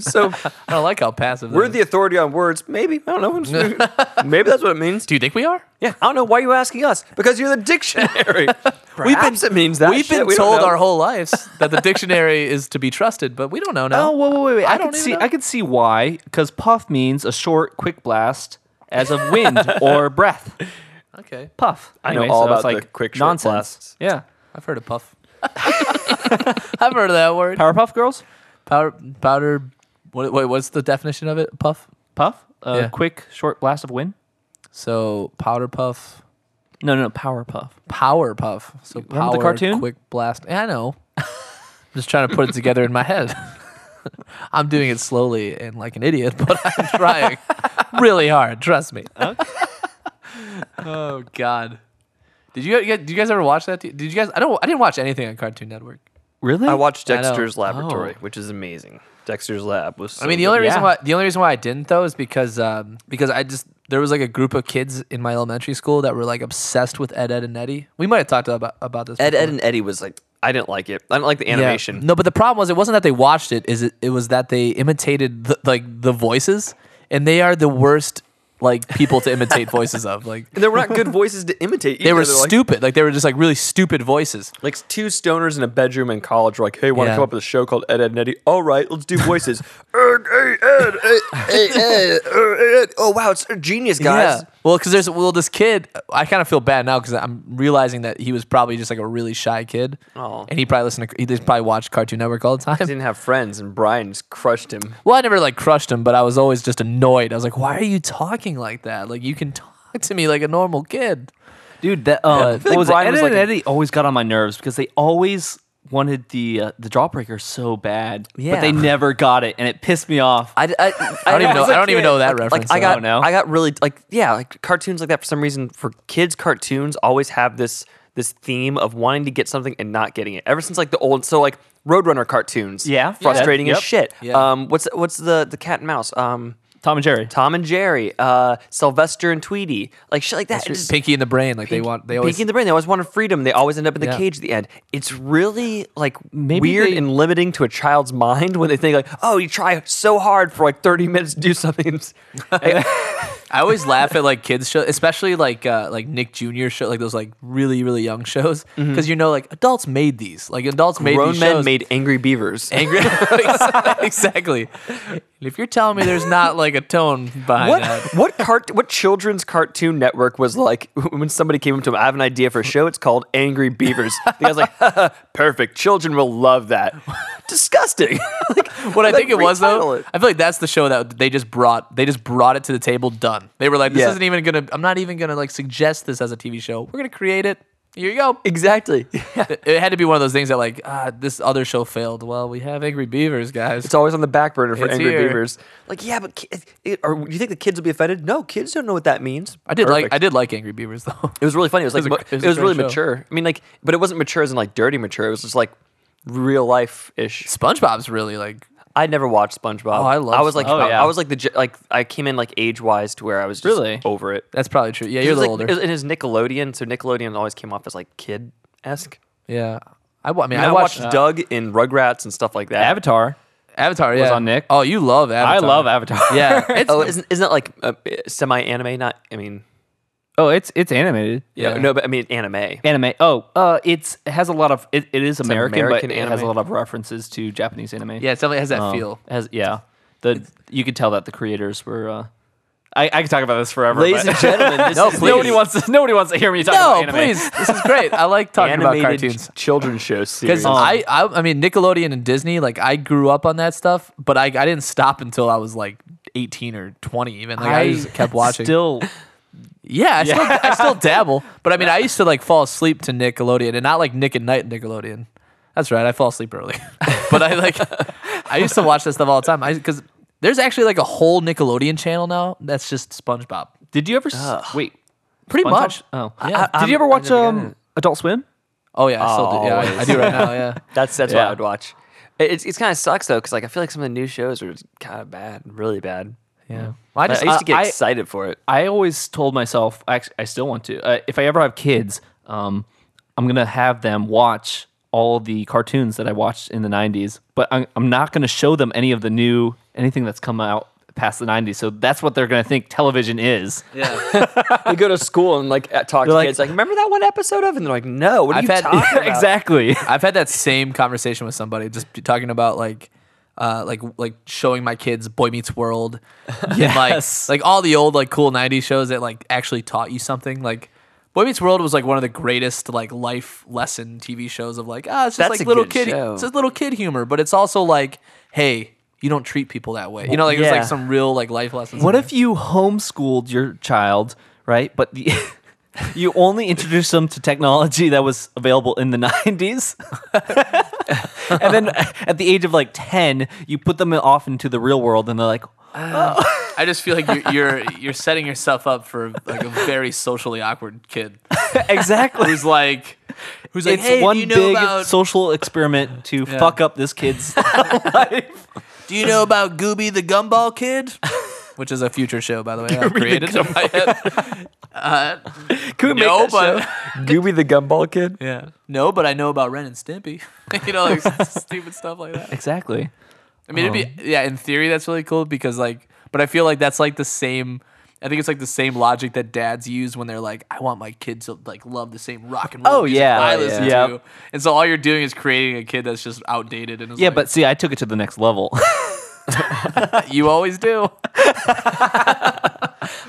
Speaker 4: So
Speaker 3: I don't like how passive.
Speaker 4: we're
Speaker 3: that
Speaker 4: the
Speaker 3: is.
Speaker 4: authority on words. Maybe I don't know. Maybe that's what it means.
Speaker 3: Do you think we are?
Speaker 4: Yeah, I don't know why you asking us because you're the dictionary. we've been it means that
Speaker 3: We've
Speaker 4: shit,
Speaker 3: been
Speaker 4: we don't
Speaker 3: told
Speaker 4: know.
Speaker 3: our whole lives that the dictionary is to be trusted, but we don't know now.
Speaker 1: Oh, wait, wait, wait, wait. I,
Speaker 3: don't
Speaker 1: could
Speaker 3: even
Speaker 1: see.
Speaker 3: know.
Speaker 1: I could see why. Because puff means a short, quick blast, as of wind or breath.
Speaker 3: Okay,
Speaker 1: Puff.
Speaker 4: I know
Speaker 1: Anyway,
Speaker 4: all
Speaker 1: so that's
Speaker 4: about
Speaker 1: like
Speaker 4: the quick, short
Speaker 1: nonsense.
Speaker 4: blasts.
Speaker 1: Yeah.
Speaker 3: I've heard of puff. I've heard of that word.
Speaker 1: Powerpuff Girls.
Speaker 3: powder powder what wait, what's the definition of it puff
Speaker 1: Puff. A
Speaker 3: Yeah.
Speaker 1: quick, short blast of wind.
Speaker 3: so powder puff
Speaker 1: No, no, no. Powerpuff.
Speaker 3: power puff so
Speaker 1: Remember
Speaker 3: power
Speaker 1: the cartoon?
Speaker 3: quick blast yeah, i know i'm just trying to put it together in my head i'm doing it slowly and like an idiot but i'm trying really hard trust me oh god did you, guys- did you guys ever watch that did you guys i don't i didn't watch anything on cartoon network
Speaker 1: Really?
Speaker 4: I watched
Speaker 3: I know.
Speaker 4: Dexter's Laboratory,
Speaker 3: Oh.
Speaker 4: which is amazing. Dexter's Lab was. So
Speaker 3: I mean, the only
Speaker 4: good.
Speaker 3: reason
Speaker 1: Yeah.
Speaker 3: why the only reason why I didn't though is because um, because I just there was like a group of kids in my elementary school that were like obsessed with Ed Ed and Eddie. We might have talked about about this.
Speaker 4: Ed,
Speaker 3: before.
Speaker 4: Ed, and Eddie was like, I didn't like it. I didn't like the
Speaker 3: Yeah.
Speaker 4: animation.
Speaker 3: No, but the problem was it wasn't that they watched it. Is it? It was that they imitated the, like the voices, and they are the worst like people to imitate voices of. Like
Speaker 4: And there were not good voices to imitate. Either.
Speaker 3: they were
Speaker 4: They're like-
Speaker 3: stupid. Like, they were just like really stupid voices.
Speaker 4: Like, two stoners in a bedroom in college were like, "Hey, want to
Speaker 3: Yeah.
Speaker 4: come up with a show called Ed, Ed, and Eddie? All right, let's do voices. Ed, Ed, Ed, Ed, Ed, Ed, Ed, Ed. Oh wow, it's genius, guys.
Speaker 3: Yeah. Well, because there's well this kid. I kind of feel bad now because I'm realizing that he was probabably just like a really shy kid.
Speaker 4: Aw.
Speaker 3: And he probably listened to he just probably watched Cartoon Network all the time.
Speaker 4: He didn't have friends, and Brian just crushed him.
Speaker 3: Well, I never like crushed him, but I was always just annoyed. I was like, "Why are you talking like that? Like you can talk to me like a normal kid."
Speaker 1: dude. That uh,
Speaker 4: like
Speaker 1: what was it?
Speaker 4: Brian
Speaker 1: Ed
Speaker 4: was
Speaker 1: and
Speaker 4: like-
Speaker 1: Eddie always got on my nerves because they always wanted the uh, the jawbreaker so bad,
Speaker 3: Yeah.
Speaker 1: but they never got it, and it pissed me off.
Speaker 4: I, I,
Speaker 3: I don't even know-
Speaker 4: was a
Speaker 3: I don't even
Speaker 4: kid.
Speaker 3: know that
Speaker 4: Like-
Speaker 3: reference,
Speaker 4: Like I
Speaker 3: so-
Speaker 4: got,
Speaker 1: Oh, no?
Speaker 4: I got really like yeah, like cartoons like that for some reason. For kids, cartoons always have this this theme of wanting to get something and not getting it. Ever since like the old, so like Roadrunner cartoons,
Speaker 1: Yeah.
Speaker 4: frustrating
Speaker 1: Yeah.
Speaker 4: as shit.
Speaker 3: Yeah.
Speaker 4: Um, what's what's the the cat and mouse? Um,
Speaker 1: Tom and Jerry.
Speaker 4: Tom and Jerry, uh, Sylvester and Tweety, like shit like that. It just-
Speaker 3: Pinky in the brain, like they want. They always.
Speaker 4: Pinky in the brain. They always wanted freedom. They always end up in the
Speaker 3: Yeah.
Speaker 4: cage at the end. It's really like
Speaker 1: Maybe
Speaker 4: weird
Speaker 1: they-
Speaker 4: and limiting to a child's mind when they think like, oh, you try so hard for like thirty minutes to do something.
Speaker 3: I always laugh at like kids shows, especially like uh, like Nick Jr. show, like those like really really young shows, because you know like adults made these, like adults made
Speaker 4: Mm-hmm. Grown
Speaker 3: these
Speaker 4: men
Speaker 3: shows.
Speaker 4: made angry beavers.
Speaker 3: angry. exactly. And if you're telling me there's not like a tone behind
Speaker 4: What
Speaker 3: that,
Speaker 4: what cart what children's cartoon network was like when somebody came up to him? I have an idea for a show. It's called Angry Beavers. The guy's like, perfect. Children will love that. Disgusting. like,
Speaker 3: what I
Speaker 4: like,
Speaker 3: think it was though,
Speaker 4: retitle it.
Speaker 3: I feel like that's the show that they just brought. They just brought it to the table. Done. They were like, this
Speaker 4: Yeah.
Speaker 3: isn't even gonna. I'm not even gonna like suggest this as a TV show. We're gonna create it. Here you go.
Speaker 4: exactly.
Speaker 3: It it had to be one of those things that like ah, this other show failed. Well, we have Angry Beavers, guys.
Speaker 4: It's always on the back burner for
Speaker 3: It's
Speaker 4: Angry
Speaker 3: here.
Speaker 4: Beavers. Like, yeah, but ki- it, it, or do you think the kids will be offended? No, kids don't know what that means.
Speaker 3: I did like
Speaker 4: Perfect.
Speaker 3: I did like Angry Beavers though.
Speaker 4: It was really funny. It was like
Speaker 3: was a
Speaker 4: mo-
Speaker 3: gr-
Speaker 4: it
Speaker 3: it
Speaker 4: was,
Speaker 3: was a great
Speaker 4: really
Speaker 3: show.
Speaker 4: mature. I mean, like, but it wasn't mature as in like dirty mature. It was just like real life ish.
Speaker 3: SpongeBob's really like
Speaker 4: I never watched SpongeBob.
Speaker 3: Oh, I love
Speaker 4: I was like,
Speaker 1: SpongeBob. Oh,
Speaker 4: I- I,
Speaker 1: yeah.
Speaker 4: was like the ge- like I came in like age wise to where I was just
Speaker 1: Really?
Speaker 4: over it.
Speaker 3: that's probably true. Yeah,
Speaker 4: It
Speaker 3: you're a
Speaker 4: was like,
Speaker 3: little
Speaker 4: it
Speaker 3: older.
Speaker 4: was- and his Nickelodeon, so Nickelodeon always came off as like kid esque.
Speaker 3: yeah, I, wa- I mean
Speaker 4: And
Speaker 3: I watched
Speaker 4: Doug in Rugrats and stuff like that.
Speaker 1: Avatar.
Speaker 4: uh,
Speaker 3: Avatar. Yeah,
Speaker 1: on Nick.
Speaker 3: Oh, you love Avatar.
Speaker 1: I love Avatar.
Speaker 3: Yeah, it's
Speaker 4: Oh, isn't, isn't that like uh, semi anime? Not, I mean,
Speaker 1: oh, it's it's animated.
Speaker 4: yeah.
Speaker 3: Yeah.
Speaker 4: no, but I mean anime.
Speaker 1: Anime. Oh, uh, it's it has a lot of it, it is American,
Speaker 4: American
Speaker 1: but it has a lot
Speaker 4: anime.
Speaker 1: of references to Japanese anime.
Speaker 3: yeah, it definitely has that
Speaker 1: Um,
Speaker 3: feel.
Speaker 1: it has yeah. The you could tell that the creators were. Uh, I, I could talk about this forever.
Speaker 4: Ladies
Speaker 1: but-
Speaker 4: and gentlemen, this
Speaker 3: No,
Speaker 4: is
Speaker 3: please.
Speaker 1: Nobody wants to, nobody wants to hear me talk
Speaker 3: No,
Speaker 1: about anime.
Speaker 3: please, this is great. I like
Speaker 4: the
Speaker 3: talking about
Speaker 4: animated
Speaker 3: cartoons.
Speaker 4: ch- children's show
Speaker 3: Because
Speaker 4: series.
Speaker 3: I, I, I mean, Nickelodeon and Disney, like I grew up on that stuff, but I, I didn't stop until I was like 18 or 20, even. Like I, just kept watching.
Speaker 1: Still,
Speaker 3: yeah, I, Still, I still dabble, but I mean, I used to like fall asleep to Nickelodeon, and not like Nick at Night Nickelodeon. That's right, I fall asleep early, but I like, I used to watch that stuff all the time. I because there's actually like a whole Nickelodeon channel now that's just SpongeBob.
Speaker 1: did you ever s- wait?
Speaker 3: Pretty
Speaker 1: SpongeBob?
Speaker 3: much.
Speaker 1: Oh,
Speaker 3: yeah.
Speaker 1: did you ever watch um, Adult Swim?
Speaker 3: Oh yeah, I still do. Yeah, I, I do right now. Yeah.
Speaker 4: that's that's what
Speaker 1: Yeah.
Speaker 4: I would watch. It, it's it's kind of sucks though, because like I feel like some of the new shows are kind of bad, really bad.
Speaker 3: Yeah. Well, I
Speaker 4: But
Speaker 3: just
Speaker 4: Uh, I used to get
Speaker 1: I-
Speaker 4: excited for it.
Speaker 1: I always told myself, I, act- I still want to. Uh, if I ever have kids, um, I'm gonna have them watch all the cartoons that I watched in the '90s, but I'm, I'm not gonna show them any of the new anything that's come out past the '90s. So that's what they're gonna think television is.
Speaker 4: we go to school and like at- talk to
Speaker 1: like-
Speaker 4: kids like remember that one episode of and they're like no what are
Speaker 3: I've
Speaker 4: you
Speaker 3: had-
Speaker 4: talking about
Speaker 1: exactly.
Speaker 3: I've had that same conversation with somebody, just be talking about like, uh, like like showing my kids Boy Meets World,
Speaker 1: Yes.
Speaker 3: and like like all the old like cool '90s shows that like actually taught you something. Like Boy Meets World was like one of the greatest like life lesson TV shows of like ah, it's just
Speaker 4: That's
Speaker 3: like
Speaker 4: a
Speaker 3: little
Speaker 4: good
Speaker 3: kid,
Speaker 4: show.
Speaker 3: it's just little kid humor, but it's also like hey, you don't treat people that way. You know, like it's
Speaker 4: Yeah.
Speaker 3: like some real like life lessons.
Speaker 1: What
Speaker 3: in
Speaker 1: if you homeschooled your child, right? But the, you only introduced them to technology that was available in the 90s? and then at the age of like 10, you put them off into the real world and they're like,
Speaker 3: there. I just feel like you're, you're you're setting yourself up for like a very socially awkward kid
Speaker 1: exactly.
Speaker 3: who's like. Who's like,
Speaker 1: It's
Speaker 3: hey, do
Speaker 1: one
Speaker 3: you know
Speaker 1: big
Speaker 3: about
Speaker 1: social experiment to fuck up this kid's life.
Speaker 3: Do you know about Gooby the Gumball Kid? Which is a future show, by the way. I created it in my head.
Speaker 4: can we make
Speaker 3: No,
Speaker 4: that
Speaker 3: but-
Speaker 4: show? Gooby the Gumball Kid
Speaker 3: Yeah. No, but I know about Ren and Stimpy. you know, like s- stupid stuff like that.
Speaker 1: Exactly.
Speaker 3: I mean, it'd be yeah. In theory, that's really cool because like, but I feel like that's like the same. I think it's like the same logic that dads use when they're like, "I want my kids to like love the same rock and roll."
Speaker 1: Oh,
Speaker 3: music
Speaker 1: yeah,
Speaker 3: I listen
Speaker 1: yeah.
Speaker 3: to. And so all you're doing is creating a kid that's just outdated. And is
Speaker 1: Yeah,
Speaker 3: like,
Speaker 1: but see, I took it to the next level.
Speaker 3: you always do.
Speaker 4: I'm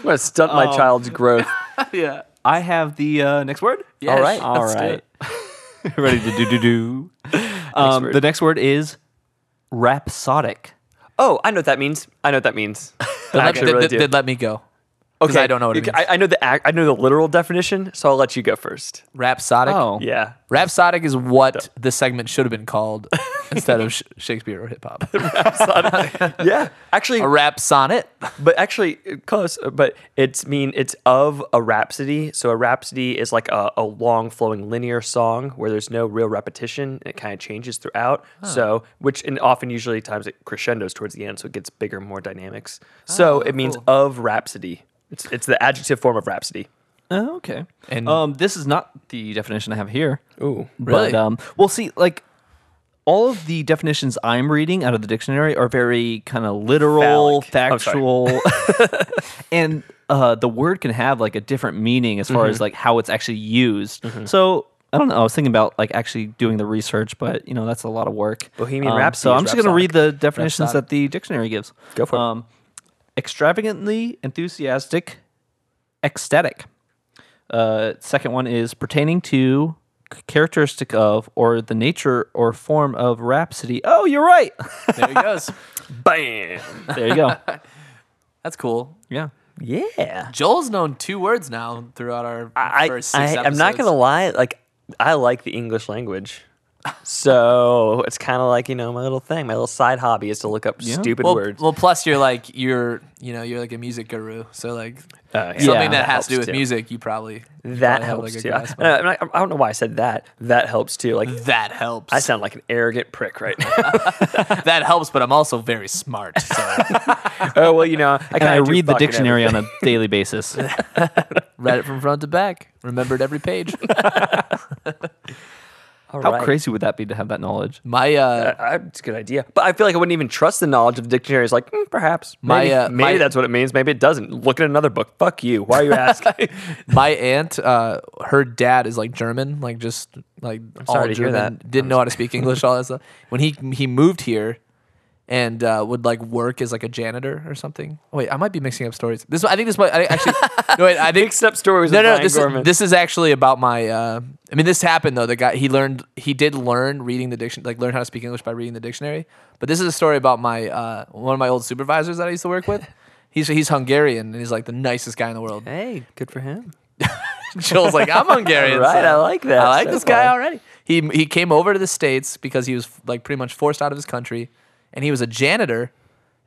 Speaker 4: gonna stunt my child's growth
Speaker 3: yeah.
Speaker 1: I have the uh, next word.
Speaker 3: Yes,
Speaker 4: right.
Speaker 1: All
Speaker 3: let's do
Speaker 1: right.
Speaker 3: it.
Speaker 1: Ready to do do do. Um,
Speaker 4: word.
Speaker 1: the next word is rhapsodic.
Speaker 4: oh I know what that means I know what that means I
Speaker 3: Let-
Speaker 4: actually
Speaker 3: th-
Speaker 4: really
Speaker 3: th-
Speaker 4: do
Speaker 3: th- let me go. 'cause I don't know what it
Speaker 4: You-
Speaker 3: means.
Speaker 4: I, I know the ac- I know the literal definition, so I'll let you go first.
Speaker 3: Rhapsodic.
Speaker 1: Oh.
Speaker 4: Yeah.
Speaker 3: Rhapsodic is what this segment should have been called instead of sh- Shakespeare or hip hop.
Speaker 4: Yeah. Actually,
Speaker 3: A rap sonnet.
Speaker 4: but actually uh, close uh, but it's mean it's of a rhapsody so a rhapsody is like a, a long flowing linear song where there's no real repetition and it kind of changes throughout so which and often usually times it crescendos towards the end so it gets bigger more dynamics
Speaker 3: Oh,
Speaker 4: so it means of rhapsody it's, it's the adjective form of rhapsody
Speaker 1: Oh, okay.
Speaker 3: And-
Speaker 1: um, this is not the definition I have here.
Speaker 4: ooh
Speaker 3: Really?
Speaker 1: But, um, well, see, like all of the definitions I'm reading out of the dictionary are very kind of literal,
Speaker 4: Phallic. I'm
Speaker 1: factual, and uh, the word can have like a different meaning as far as
Speaker 4: Mm-hmm.
Speaker 1: like how it's actually used. So I don't know. I was thinking about like actually doing the research, but you know that's a lot of work.
Speaker 4: Bohemian
Speaker 1: Um,
Speaker 4: Rhapsody
Speaker 1: So
Speaker 4: is
Speaker 1: I'm just going to read the definitions
Speaker 3: Rhapsodic.
Speaker 1: that the dictionary gives.
Speaker 4: Go for it.
Speaker 1: Um, extravagantly enthusiastic, ecstatic. Uh, second one is pertaining to c- characteristic of or the nature or form of rhapsody. Oh, you're right.
Speaker 3: There he goes.
Speaker 4: bam
Speaker 1: there you go.
Speaker 3: That's cool.
Speaker 1: Yeah.
Speaker 4: yeah
Speaker 3: Joel's known two words now throughout our
Speaker 4: I,
Speaker 3: first
Speaker 4: I,
Speaker 3: six
Speaker 4: I'm not
Speaker 3: episodes.
Speaker 4: gonna lie. Like, I like the English language, so it's kind of like you know my little thing. My little side hobby is to look up stupid
Speaker 3: well,
Speaker 4: words.
Speaker 3: well, plus you're like you're you know you're like a music guru, so like
Speaker 4: Uh, yeah.
Speaker 3: something
Speaker 1: Yeah,
Speaker 3: that,
Speaker 1: that
Speaker 3: has to do
Speaker 4: helps
Speaker 3: with
Speaker 4: too.
Speaker 3: music, you probably you
Speaker 4: that
Speaker 3: probably have, like,
Speaker 4: helps
Speaker 3: a
Speaker 4: too. I,
Speaker 3: grasp on
Speaker 4: I, I- I don't know why I said that. That helps too. Like,
Speaker 3: it. That helps.
Speaker 4: I sound like an arrogant prick right now.
Speaker 3: that helps, but I'm also very smart. So
Speaker 4: oh well, you know, I
Speaker 1: And
Speaker 4: kinda
Speaker 1: I
Speaker 4: do
Speaker 1: read the
Speaker 4: fucking
Speaker 1: dictionary on a daily basis.
Speaker 3: read it from front to back, remembered every page.
Speaker 4: everything.
Speaker 1: How
Speaker 4: Alright.
Speaker 1: crazy would that be to have that knowledge?
Speaker 3: My uh,
Speaker 4: I- It's a good idea, but I feel like I wouldn't even trust the knowledge of the dictionary. It's like mm, perhaps,
Speaker 3: My,
Speaker 4: maybe,
Speaker 3: uh,
Speaker 4: maybe
Speaker 3: my-
Speaker 4: that's what it means. Maybe it doesn't. Look at another book. Fuck you. Why are you asking?
Speaker 3: my aunt, uh, her dad is like German, like just like all
Speaker 4: sorry to hear
Speaker 3: German.
Speaker 4: that.
Speaker 3: Didn't know how to speak English, all that stuff. When he he moved here, and uh, would like work as like a janitor or something. Oh, Wait, I might be mixing up stories. This I think this might I actually no wait I think
Speaker 4: Mixed up stories.
Speaker 3: no
Speaker 4: with
Speaker 3: no
Speaker 4: Ryan
Speaker 3: this
Speaker 4: Gorman.
Speaker 3: is, this is actually about my. Uh, I mean this happened though. The guy he learned he did learn reading the diction like learn how to speak English by reading the dictionary. But this is a story about my uh, one of my old supervisors that I used to work with. He's, he's Hungarian and he's like the nicest guy in the world.
Speaker 4: hey, good for him.
Speaker 3: Joel's like, I'm Hungarian.
Speaker 4: All right,
Speaker 3: so
Speaker 4: I like that
Speaker 3: I like
Speaker 4: so
Speaker 3: this guy
Speaker 4: far."
Speaker 3: already. He he came over to the states because he was like pretty much forced out of his country, and he was a janitor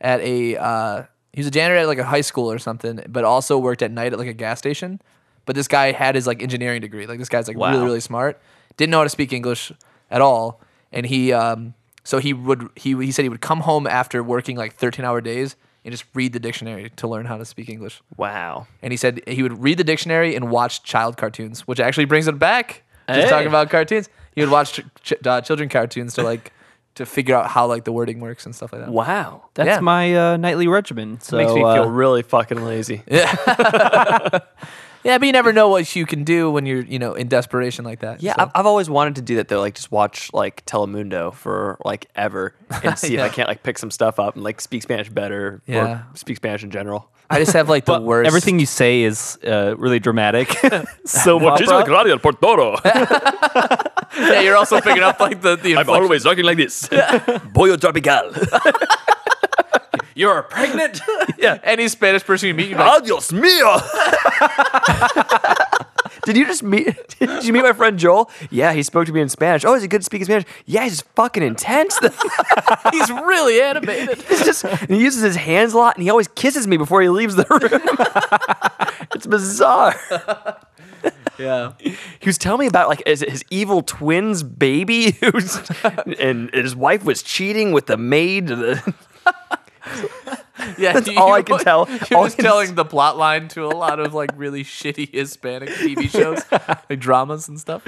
Speaker 3: at a uh, he was a janitor at like a high school or something, but also worked at night at like a gas station. But this guy had his like engineering degree. Like this guy's like really
Speaker 1: Wow.
Speaker 3: really smart. Didn't know how to speak English at all, and he um so he would he he said he would come home after working like 13 hour days and just read the dictionary to learn how to speak English
Speaker 4: Wow.
Speaker 3: and he said he would read the dictionary and watch child cartoons, which actually brings it back. Just
Speaker 1: Hey.
Speaker 3: talking about cartoons, he would watch ch- ch- uh, children cartoons to like to figure out how like the wording works and stuff like that.
Speaker 4: Wow.
Speaker 1: That's
Speaker 3: Yeah.
Speaker 1: my uh, nightly regimen. So
Speaker 4: Makes me feel
Speaker 1: uh,
Speaker 4: really fucking lazy.
Speaker 3: Yeah, but you never know what you can do when you're you know in desperation like that.
Speaker 4: Yeah,
Speaker 3: so.
Speaker 4: I've, I've always wanted to do that though, like just watch like Telemundo for like ever and see if I can't like pick some stuff up and like speak Spanish better
Speaker 3: Yeah.
Speaker 4: or speak Spanish in general.
Speaker 3: I just have like the worst.
Speaker 1: everything you say is uh, really dramatic. so
Speaker 5: Muchísimas
Speaker 1: opera.
Speaker 5: gracias por todo.
Speaker 3: Yeah, you're also picking up like the the.
Speaker 5: I'm
Speaker 3: inflection.
Speaker 5: always talking like this.
Speaker 4: Boyo tropical.
Speaker 5: You're pregnant?
Speaker 3: Any Spanish person you meet, you're like,
Speaker 5: Adios mio.
Speaker 4: Did you just meet? Did you meet my friend Joel? Yeah, he spoke to me in Spanish. Oh, is he good at speaking Spanish? Yeah, he's fucking intense.
Speaker 3: he's really animated.
Speaker 4: he's just and he uses his hands a lot, and he always kisses me before he leaves the room. it's bizarre.
Speaker 3: Yeah,
Speaker 4: He was telling me about like his, his evil twin's baby, who's, and his wife was cheating with the maid. to the-
Speaker 3: yeah. That's
Speaker 4: all I can tell.
Speaker 3: You're
Speaker 4: All I
Speaker 3: just
Speaker 4: can
Speaker 3: telling the plot line to a lot of like really shitty Hispanic TV shows, like dramas and stuff.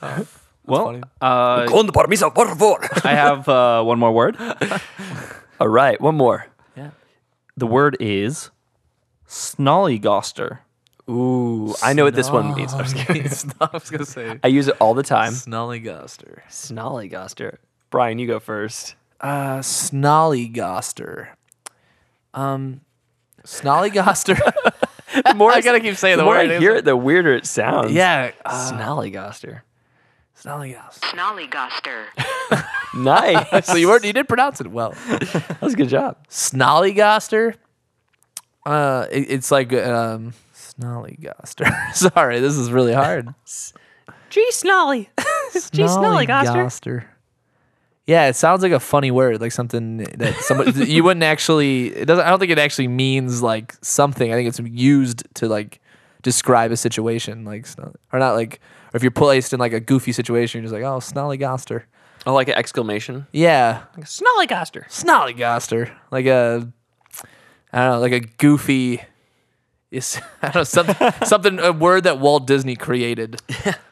Speaker 1: Well,
Speaker 3: funny.
Speaker 1: uh,
Speaker 4: Con permiso, por favor.
Speaker 1: I have uh, one more word.
Speaker 4: All right, one more.
Speaker 1: The word is snollygoster.
Speaker 4: Ooh, I know what this one means. I'm just kidding.
Speaker 3: It's not- I was gonna say
Speaker 4: I use it all the time.
Speaker 3: snollygoster.
Speaker 4: Snollygoster. Brian, you go first.
Speaker 3: Uh, snollygoster. Um, snollygoster.
Speaker 4: The more
Speaker 3: I gotta keep saying the
Speaker 4: more
Speaker 3: word,
Speaker 4: I
Speaker 3: isn't
Speaker 4: hear
Speaker 3: it?
Speaker 4: it, the weirder it sounds.
Speaker 3: yeah, uh,
Speaker 4: Snollygoster.
Speaker 3: snollygoster.
Speaker 2: Snollygoster.
Speaker 4: Nice.
Speaker 3: So you were you did pronounce it well.
Speaker 4: That was a good job.
Speaker 3: Snollygoster. Uh, it, it's like um, Snollygoster. Sorry, this is really hard.
Speaker 6: Gee, Snolly. Gee, Snollygoster.
Speaker 3: Snollygoster. Yeah, it sounds like a funny word, like something that somebody you wouldn't actually. It doesn't. I don't think it actually means like something. I think it's used to like describe a situation, like snoll- or not like. Or if you're placed in like a goofy situation, you're just like, oh, Snollygoster.
Speaker 4: Oh, like an exclamation.
Speaker 3: Yeah,
Speaker 6: Snollygoster.
Speaker 3: snollygoster, like a, I don't know, like a goofy, is I don't know something, something a word that Walt Disney created,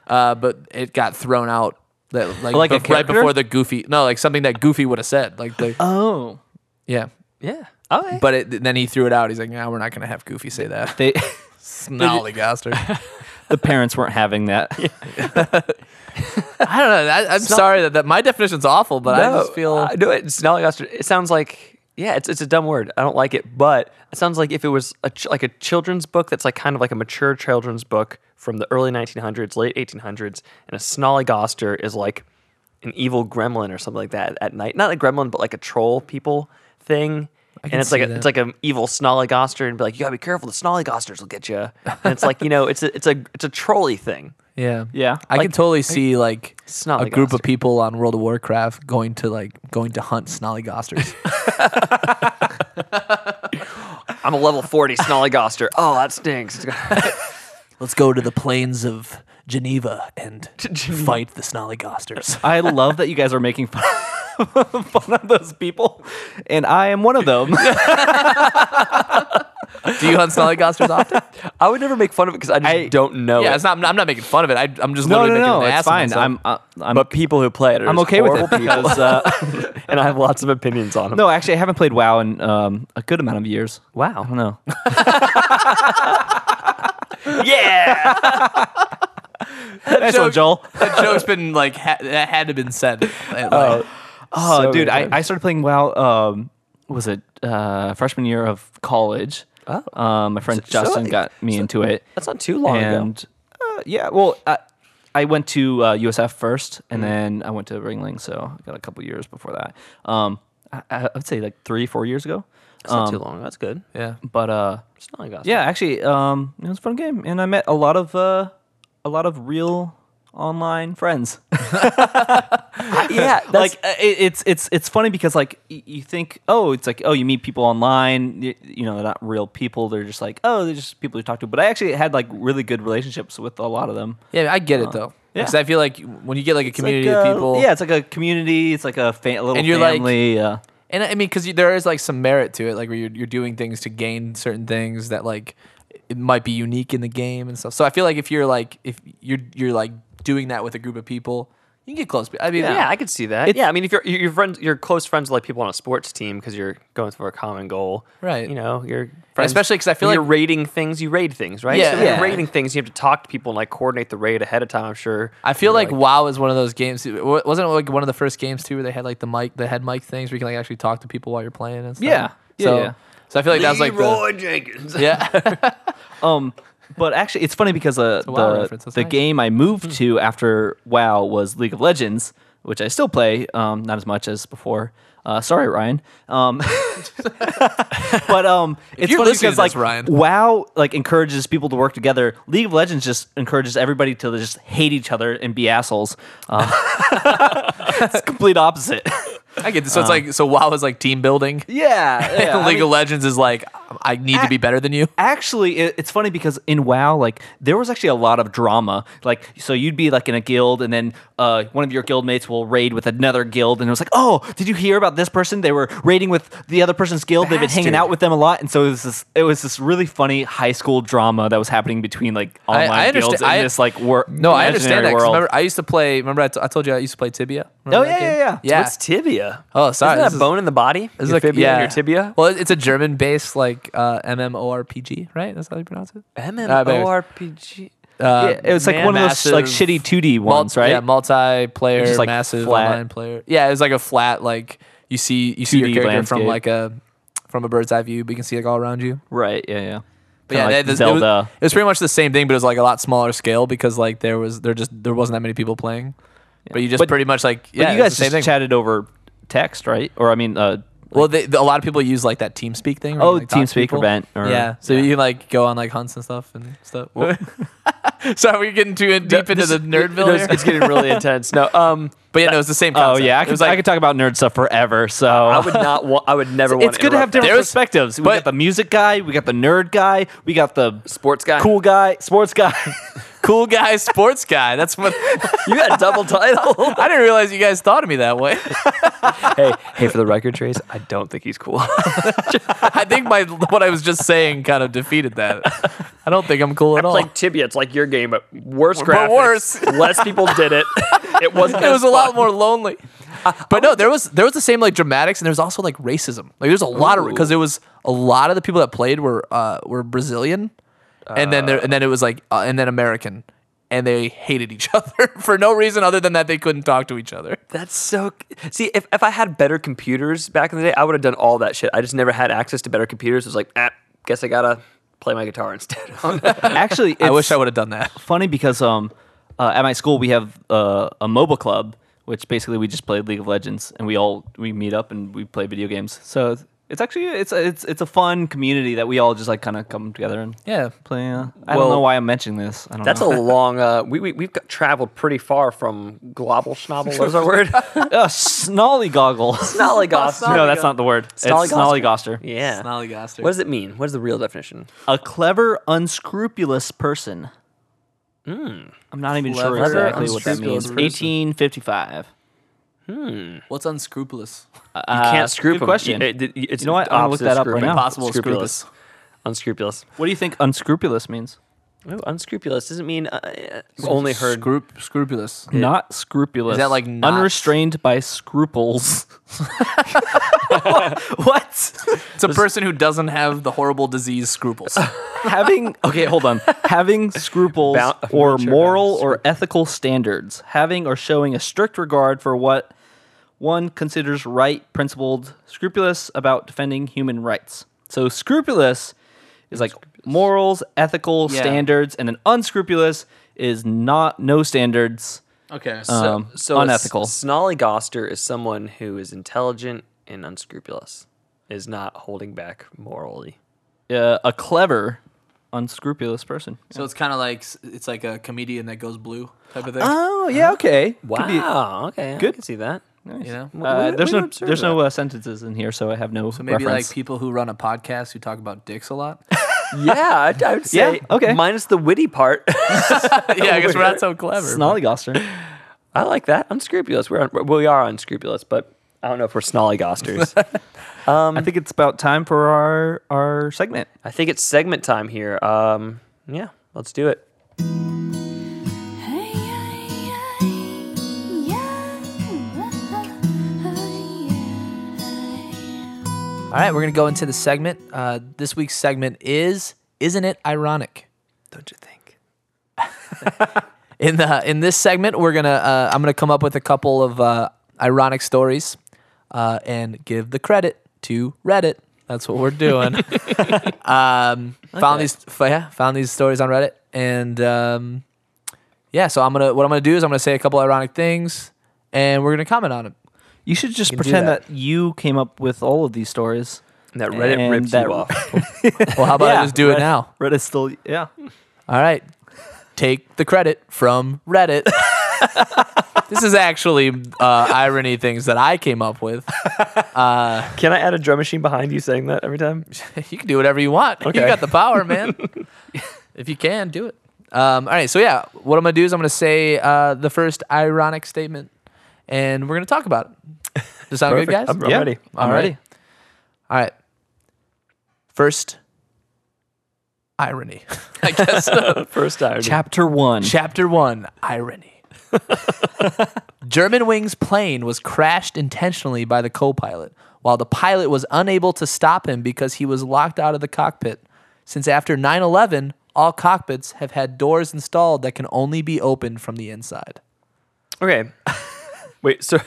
Speaker 3: uh, but it got thrown out that like,
Speaker 4: Like a
Speaker 3: bef- right
Speaker 4: character?
Speaker 3: before the Goofy, no, like something that Goofy would have said, like the
Speaker 1: Oh,
Speaker 3: yeah,
Speaker 4: Yeah. Okay.
Speaker 3: but it, then he threw it out. He's like, no, we're not gonna have Goofy say that.
Speaker 1: they
Speaker 3: Snollygoster.
Speaker 1: the parents weren't having that.
Speaker 3: I don't know. I, I'm sorry that, that my definition's awful, but I just feel
Speaker 4: I do it. Snollygoster. It sounds like yeah, it's it's a dumb word. I don't like it, but it sounds like if it was a ch- like a children's book that's like kind of like a mature children's book from the early 1900s, late 1800s, and a snollygoster is like an evil gremlin or something like that at night. Not a gremlin, but like a troll people thing.
Speaker 3: can
Speaker 4: And it's like
Speaker 3: see
Speaker 4: a,
Speaker 3: that.
Speaker 4: it's like an evil snollygoster, and be like, you gotta be careful. The snollygosters will get you. And it's like you know, it's a it's a it's a trolley thing.
Speaker 3: Yeah.
Speaker 1: Yeah.
Speaker 3: I can totally see like a group
Speaker 4: Snollygoster.
Speaker 3: of people on World of Warcraft going to like going to hunt snollygosters.
Speaker 4: I'm a level 40 snollygoster. Oh, that stinks.
Speaker 3: Let's go to the plains of Geneva and fight the snollygosters.
Speaker 1: I love that you guys are making fun, fun of those people, and I am one of them.
Speaker 3: Do you hunt snollygosters often?
Speaker 4: I would never make fun of it because I just
Speaker 1: I-
Speaker 4: don't know.
Speaker 3: yeah,
Speaker 4: it.
Speaker 3: it's not. I'm not making fun of it. I, I'm just
Speaker 1: no, no,
Speaker 3: literally making
Speaker 1: no,
Speaker 3: an
Speaker 1: it's
Speaker 3: ass of
Speaker 1: fine.
Speaker 3: myself.
Speaker 1: I'm, uh, I'm,
Speaker 4: but people who play it are
Speaker 1: I'm
Speaker 4: just
Speaker 1: okay with it
Speaker 4: horrible people,
Speaker 1: because uh,
Speaker 4: and I have lots of opinions on them.
Speaker 1: no, actually, I haven't played WoW in um, a good amount of years. Wow, I don't know.
Speaker 4: Yeah,
Speaker 1: nice one,
Speaker 3: joke-
Speaker 1: Joel.
Speaker 3: that joke's been like ha- that had to been said. Like,
Speaker 1: Oh,
Speaker 4: So
Speaker 1: dude,
Speaker 4: many
Speaker 1: I,
Speaker 4: times.
Speaker 1: I started playing WoW. Um, was it uh, freshman year of college?
Speaker 4: Oh.
Speaker 1: Um, my friend
Speaker 4: So- so
Speaker 1: Justin
Speaker 4: I-
Speaker 1: got me into it.
Speaker 4: that's not too long ago.
Speaker 1: and uh, yeah, well, I, I went to uh, USF first,
Speaker 4: Mm.
Speaker 1: and then I went to Ringling, so I got a couple years before that. Um, I, I would say like three, four years ago. Um,
Speaker 4: That's not too long. That's good.
Speaker 3: um, yeah.
Speaker 1: But uh,
Speaker 4: It's not like us.
Speaker 1: yeah, actually, um, it was a fun game, and I met a lot of uh, a lot of real online friends.
Speaker 4: yeah. That's,
Speaker 1: like uh, it, it's it's it's funny because like y- you think oh it's like oh you meet people online you, you know they're not real people they're just like oh they're just people you talk to but I actually had like really good relationships with a lot of them
Speaker 3: Yeah, I get it though.
Speaker 1: uh, yeah.
Speaker 3: Because I feel like when you get like a community
Speaker 1: like,
Speaker 3: of
Speaker 1: uh,
Speaker 3: people,
Speaker 1: Yeah, it's like a community. It's like a, fa- a little
Speaker 3: And you're like-
Speaker 1: family. uh,
Speaker 3: And I mean, because there is like some merit to it, like where you're, you're doing things to gain certain things that like it might be unique in the game and stuff. So I feel like if you're like if you're you're like doing that with a group of people, you can get close. I mean,
Speaker 4: yeah.
Speaker 3: yeah,
Speaker 4: I could see that. yeah, I mean, if you're your friends, your close friends, are like people on a sports team, because you're going for a common goal,
Speaker 3: Right.
Speaker 4: You know, you're
Speaker 3: especially 'cause I feel
Speaker 4: you're
Speaker 3: like-
Speaker 4: rating things. You raid things, right?
Speaker 3: Yeah.
Speaker 4: So when
Speaker 3: Yeah.
Speaker 4: You're rating things. You have to talk to people and like coordinate the raid ahead of time. I'm sure.
Speaker 3: I feel
Speaker 4: You're
Speaker 3: like, WoW is one of those games. it wa- Wasn't it like one of the first games too where they had like the mic, the head mic things where you can like actually talk to people while you're playing and stuff.
Speaker 1: Yeah. Yeah,
Speaker 3: so,
Speaker 1: yeah.
Speaker 3: so I feel like that's like the,
Speaker 4: Leroy Jenkins.
Speaker 3: yeah.
Speaker 1: um, but actually, it's funny because uh, the
Speaker 3: WoW reference, that's
Speaker 1: the
Speaker 3: nice. Hmm.
Speaker 1: game I moved to after WoW was League of Legends, which I still play, um, not as much as before. Uh, sorry, Ryan. Um, but um, it's
Speaker 3: you're
Speaker 1: funny
Speaker 3: listening
Speaker 1: because
Speaker 3: to
Speaker 1: like
Speaker 3: this, Ryan.
Speaker 1: WoW like encourages people to work together. League of Legends just encourages everybody to just hate each other and be assholes. Uh, it's complete opposite.
Speaker 3: I get this. So it's like so WoW is like team building.
Speaker 1: yeah, Uh-huh. yeah, I
Speaker 3: League
Speaker 1: mean-
Speaker 3: of Legends is like I need to be better than you.
Speaker 1: actually it, it's funny because in wow like there was actually a lot of drama like so you'd be like in a guild and then uh, one of your guild mates will raid with another guild and it was like oh did you hear about this person they were raiding with the other person's guild they've been
Speaker 4: Bastard.
Speaker 1: hanging out with them a lot and so it was this it was this really funny high school drama that was happening between like online
Speaker 3: I understand-
Speaker 1: guilds and
Speaker 3: I-
Speaker 1: this like wor-
Speaker 3: No, I understand
Speaker 1: imaginary
Speaker 3: that. 'cause
Speaker 1: world.
Speaker 3: Remember, I used to play. Remember, I, t- I told you I used to play Tibia.
Speaker 1: oh
Speaker 3: Remember
Speaker 1: yeah,
Speaker 3: that
Speaker 1: yeah
Speaker 3: game?
Speaker 1: yeah
Speaker 3: yeah.
Speaker 4: What's tibia?
Speaker 3: Oh, sorry.
Speaker 4: Isn't that
Speaker 3: this
Speaker 4: a
Speaker 3: is-
Speaker 4: bone in the body?
Speaker 3: this is
Speaker 4: your
Speaker 3: like-
Speaker 4: fibia and
Speaker 3: yeah.
Speaker 4: your tibia?
Speaker 3: Well, it's a German-based like uh, MMORPG, right? That's how you pronounce it.
Speaker 4: MMORPG.
Speaker 3: Uh,
Speaker 1: Yeah, it was like
Speaker 3: man-
Speaker 1: one of those like
Speaker 3: massive-
Speaker 1: shitty 2D
Speaker 3: mul-
Speaker 1: ones, right?
Speaker 3: Yeah, multiplayer,
Speaker 1: Just, like,
Speaker 3: massive
Speaker 1: flat.
Speaker 3: online player. Yeah, it was like a flat like you see you see your
Speaker 1: 2D
Speaker 3: character from
Speaker 1: landscape.
Speaker 3: like a from a bird's eye view, but you can see like all around you.
Speaker 1: right, yeah, yeah.
Speaker 3: But yeah,
Speaker 1: Kinda
Speaker 3: that-
Speaker 1: like
Speaker 3: that- it was-
Speaker 1: Zelda.
Speaker 3: It was pretty much the same thing, but it was like a lot smaller scale because like there was there just there wasn't that many people playing. But you just
Speaker 1: But-
Speaker 3: pretty much like
Speaker 1: But
Speaker 3: yeah,
Speaker 1: you
Speaker 3: it
Speaker 1: guys
Speaker 3: was the same
Speaker 1: just
Speaker 3: thing.
Speaker 1: chatted over text, right? Or I mean, uh,
Speaker 3: Well, they, a lot of people use like that TeamSpeak thing. where
Speaker 1: Oh,
Speaker 3: you, like, talk to
Speaker 1: TeamSpeak or
Speaker 3: people.
Speaker 1: Vent or-
Speaker 3: yeah, so you like go on like hunts and stuff and stuff. Sorry, we're getting too in, deep into the
Speaker 4: No,
Speaker 3: nerdville.
Speaker 4: it's, it's
Speaker 3: here.
Speaker 4: getting really intense. No, um,
Speaker 3: But yeah, no, it's the same.
Speaker 1: Oh
Speaker 3: Concept.
Speaker 1: yeah, I
Speaker 3: It
Speaker 1: could,
Speaker 3: was like
Speaker 1: I could talk about nerd stuff forever. So
Speaker 4: I would not. Wa- I would never. want
Speaker 1: it's good to have
Speaker 4: interrupt
Speaker 1: different
Speaker 3: There was-
Speaker 1: perspectives. We
Speaker 3: but-
Speaker 1: got the music guy, we got the nerd guy, we got the
Speaker 4: sports guy.
Speaker 1: cool guy, sports guy.
Speaker 3: cool guy, sports guy. That's what
Speaker 4: You got a double title.
Speaker 3: I didn't realize you guys thought of me that way.
Speaker 4: hey, hey, for the record, Trace, I don't think he's cool.
Speaker 3: I think my what I was just saying kind of defeated that. I don't think I'm cool at all.
Speaker 4: like Tibia. It's like your game, but worse graphics.
Speaker 3: But worse.
Speaker 4: Less people did it. It wasn't.
Speaker 3: it was a
Speaker 4: as
Speaker 3: lot
Speaker 4: fun.
Speaker 3: more lonely. But no, there was there was the same like dramatics, and there was also like racism. Like there's a lot of because it was a lot of the people that played were uh, were Brazilian, and then there, and then it was like uh, and then American, and they hated each other for no reason other than that they couldn't talk to each other.
Speaker 4: That's so. See, if, if I had better computers back in the day, I would have done all that shit. I just never had access to better computers. It was like, ah, guess I gotta play my guitar instead.
Speaker 1: Actually, it's
Speaker 3: I wish I would have done that.
Speaker 1: funny because um, uh, at my school we have uh, a mobile club, which basically we just play League of Legends, and we all we meet up and we play video games. So it's actually it's it's it's a fun community that we all just like kind of come together and
Speaker 3: Yeah.
Speaker 1: play. Uh, I
Speaker 4: Well,
Speaker 1: don't know why I'm mentioning this. I don't
Speaker 4: That's a
Speaker 1: know.
Speaker 4: long. Uh, we we we've got, traveled pretty far from global schnobble. What is our word?
Speaker 1: uh, snolly goggle.
Speaker 4: Snollygoster.
Speaker 1: no, that's not the word. It's
Speaker 4: Snollygoster.
Speaker 1: snollygoster.
Speaker 4: Yeah.
Speaker 3: Snollygoster.
Speaker 4: What does it mean? What is the real definition?
Speaker 1: A clever, unscrupulous person. I'm not even sure
Speaker 3: Hmm. Clever,
Speaker 1: exactly what that
Speaker 3: unscrupulous
Speaker 1: means.
Speaker 3: person.
Speaker 1: 1855.
Speaker 3: What's unscrupulous?
Speaker 4: You can't screw
Speaker 1: Uh, good
Speaker 4: them.
Speaker 1: question.
Speaker 4: It- it- it's
Speaker 1: You know what?
Speaker 4: the
Speaker 1: I'm gonna look
Speaker 4: opposite
Speaker 1: that
Speaker 4: of
Speaker 1: up right
Speaker 4: scrupulous.
Speaker 1: now.
Speaker 3: Possible
Speaker 4: Scrupulous. Unscrupulous.
Speaker 1: What do you think unscrupulous means?
Speaker 4: Ooh, unscrupulous doesn't mean uh, uh, only heard.
Speaker 3: Scrup- scrupulous.
Speaker 1: Not scrupulous.
Speaker 3: Is that like not-
Speaker 1: unrestrained by scruples? what?
Speaker 3: It's a person who doesn't have the horrible disease scruples.
Speaker 1: Having okay, hold on. Having scruples
Speaker 4: Bou-
Speaker 1: or
Speaker 4: wheelchair
Speaker 1: moral or ethical standards. Having or showing a strict regard for what one considers right, principled, scrupulous about defending human rights. So scrupulous is like morals, ethical
Speaker 3: Yeah.
Speaker 1: standards, and an unscrupulous is not no standards.
Speaker 3: okay.
Speaker 1: um,
Speaker 4: So a s-
Speaker 1: unethical.
Speaker 4: Snollygoster is someone who is intelligent and unscrupulous, is not holding back morally.
Speaker 1: uh, a clever, unscrupulous person.
Speaker 3: So it's kind of like it's like a comedian that goes blue type of thing.
Speaker 1: Oh yeah, okay.
Speaker 4: Wow. okay. Good. I can see that.
Speaker 3: you know,
Speaker 1: Uh,
Speaker 4: We-
Speaker 1: there's
Speaker 4: we
Speaker 1: no
Speaker 4: observe
Speaker 1: there's
Speaker 4: that.
Speaker 1: no uh, sentences in here, so I have no.
Speaker 3: so maybe
Speaker 1: reference.
Speaker 3: like people who run a podcast who talk about dicks a lot.
Speaker 4: Yeah, I'd- I, would say.
Speaker 1: Yeah, okay.
Speaker 4: Minus the witty part.
Speaker 3: yeah, I guess we're not so clever.
Speaker 1: snollygoster.
Speaker 4: I like that. Unscrupulous. We're un- we are unscrupulous, but I don't know if we're snollygosters.
Speaker 1: I think it's about time for our our segment.
Speaker 4: I think it's segment time here. Um, yeah, let's do it.
Speaker 3: All right, we're gonna go into the segment. Uh, this week's segment is "Isn't It Ironic?"
Speaker 4: Don't you think?
Speaker 3: In the in this segment, we're gonna uh, I'm gonna come up with a couple of uh, ironic stories uh, and give the credit to Reddit. That's what we're doing. um, Found these f- yeah, found these stories on Reddit, and um, yeah, so I'm gonna what I'm gonna do is I'm gonna say a couple ironic things, and we're gonna comment on it.
Speaker 1: You should just
Speaker 4: do
Speaker 1: pretend
Speaker 4: that.
Speaker 1: that. you came up with all of these stories.
Speaker 4: That Reddit
Speaker 1: And
Speaker 4: ripped
Speaker 1: that-
Speaker 4: you off.
Speaker 3: Well, how about I
Speaker 1: Yeah,
Speaker 3: just do it
Speaker 1: Reddit-
Speaker 3: now?
Speaker 1: Reddit's still yeah.
Speaker 3: All right. Take the credit from Reddit. this is actually uh, irony things that I came up with.
Speaker 4: Can I add a drum machine behind you saying that every time?
Speaker 3: You can do whatever you want. You
Speaker 4: Okay.
Speaker 3: got the power, man. if you can, do it. Um, all right. So, yeah, what I'm going to do is I'm going to say uh, the first ironic statement and we're going to talk about it. Does that sound good, guys?
Speaker 4: Perfect. I'm, I'm
Speaker 1: Yeah.
Speaker 4: ready.
Speaker 3: All
Speaker 1: I'm
Speaker 3: right.
Speaker 1: ready.
Speaker 3: All right. First, irony, I guess.
Speaker 4: First time.
Speaker 1: Chapter one.
Speaker 3: Chapter one Irony. Germanwings plane was crashed intentionally by the co pilot, while the pilot was unable to stop him because he was locked out of the cockpit. Since after 9 11, all cockpits have had doors installed that can only be opened from the inside.
Speaker 4: okay. Wait, so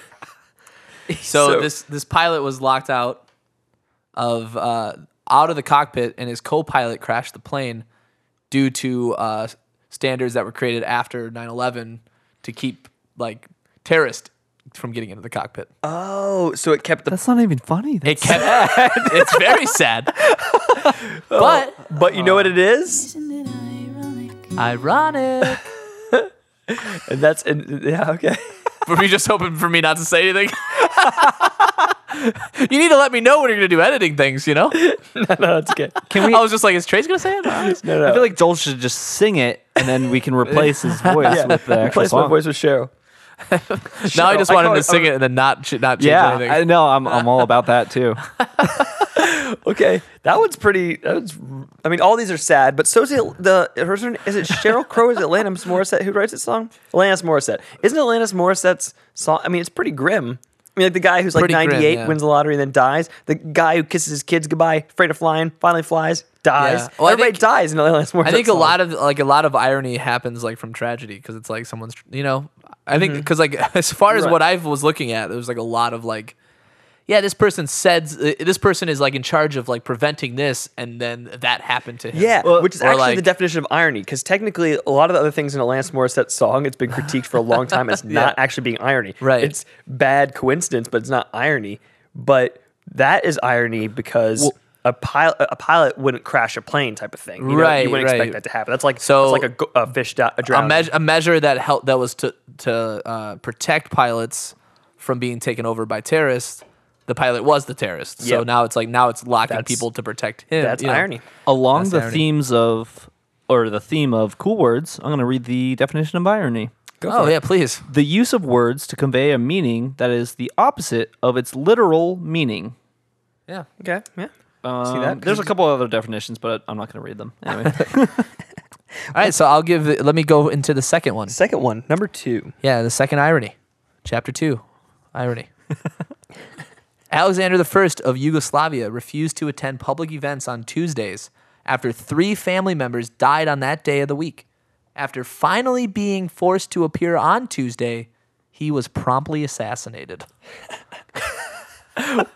Speaker 3: So,
Speaker 4: So-
Speaker 3: this, this pilot was locked out of uh, out of the cockpit, and his co pilot crashed the plane due to uh, standards that were created after 9 11 to keep like terrorist from getting into the cockpit.
Speaker 4: Oh, so it kept the.
Speaker 1: That's not even funny.
Speaker 3: It kept. it's very sad. but
Speaker 4: But you know what it is?
Speaker 3: ironic.
Speaker 4: And that's and, yeah okay.
Speaker 3: Were you just hoping for me not to say anything? you need to let me know when you're gonna do editing things. You know,
Speaker 4: no, it's okay.
Speaker 1: Can we?
Speaker 3: I was just like, is Trey's gonna say it?
Speaker 4: No, no.
Speaker 1: I feel like Joel should just sing it, and then we can replace his voice
Speaker 4: yeah,
Speaker 1: with the actual
Speaker 4: replace my
Speaker 1: song.
Speaker 4: voice with Cheryl.
Speaker 3: now I just want him
Speaker 4: call
Speaker 3: to
Speaker 4: it-
Speaker 3: sing it and then not ch- not change
Speaker 1: Yeah,
Speaker 3: anything.
Speaker 1: I know. I'm I'm all about that too.
Speaker 4: Okay, that one's pretty. That one's, I mean, all these are sad, but so's the, the her name- is it Cheryl Crow? Is it Alanis Morissette who writes that song? Alanis Morissette. Isn't Alanis Morissette's song? I mean, it's pretty grim. I mean, like the guy who's like
Speaker 3: Pretty grim,
Speaker 4: 98
Speaker 3: yeah.
Speaker 4: wins the lottery and then dies. The guy who kisses his kids goodbye, afraid of flying, finally flies, dies.
Speaker 3: Yeah. Well, I
Speaker 4: Everybody
Speaker 3: think-
Speaker 4: dies in Alanis Morissette.
Speaker 3: I think a lot of like a lot of irony happens like from tragedy because it's like someone's you know I
Speaker 4: Mm-hmm.
Speaker 3: think because like as far as what I was looking at there was like a lot of like yeah this person said this person is like in charge of like preventing this and then that happened to him
Speaker 4: Yeah, which is
Speaker 3: Or,
Speaker 4: actually
Speaker 3: like-
Speaker 4: the definition of irony, because technically, a lot of the other things in Alanis Morissette's song, it's been critiqued for a long time. It's not actually being irony.
Speaker 3: Right.
Speaker 4: It's bad coincidence, but it's not irony. But that is irony because a pilot, a pilot wouldn't crash a plane, type of thing. You know?
Speaker 3: Right,
Speaker 4: You wouldn't
Speaker 3: right.
Speaker 4: expect that to happen. That's like
Speaker 3: So-
Speaker 4: so that's like a, go- a fish di- a
Speaker 3: a,
Speaker 4: drowning.
Speaker 3: meas- a measure that helped that was to to uh, protect pilots from being taken over by terrorists the pilot was the terrorist so
Speaker 4: Yep.
Speaker 3: now it's like now it's locking
Speaker 4: That's-
Speaker 3: people to protect him
Speaker 4: That's
Speaker 3: you know.
Speaker 4: irony.
Speaker 1: Along the
Speaker 3: irony.
Speaker 1: themes of, or the theme of cool words, I'm going to read the definition of irony.
Speaker 3: oh yeah please
Speaker 1: The use of words to convey a meaning that is the opposite of its literal meaning.
Speaker 3: yeah
Speaker 4: Okay. Yeah.
Speaker 1: Um,
Speaker 4: that?
Speaker 1: There's a couple other definitions, but I'm not going to read them. Anyway.
Speaker 3: all right so I'll give let me go into the second one
Speaker 4: Second one, number two.
Speaker 3: Yeah, the second irony. Chapter 2, irony. Alexander the First of Yugoslavia refused to attend public events on Tuesdays after three family members died on that day of the week. After finally being forced to appear on Tuesday, he was promptly assassinated.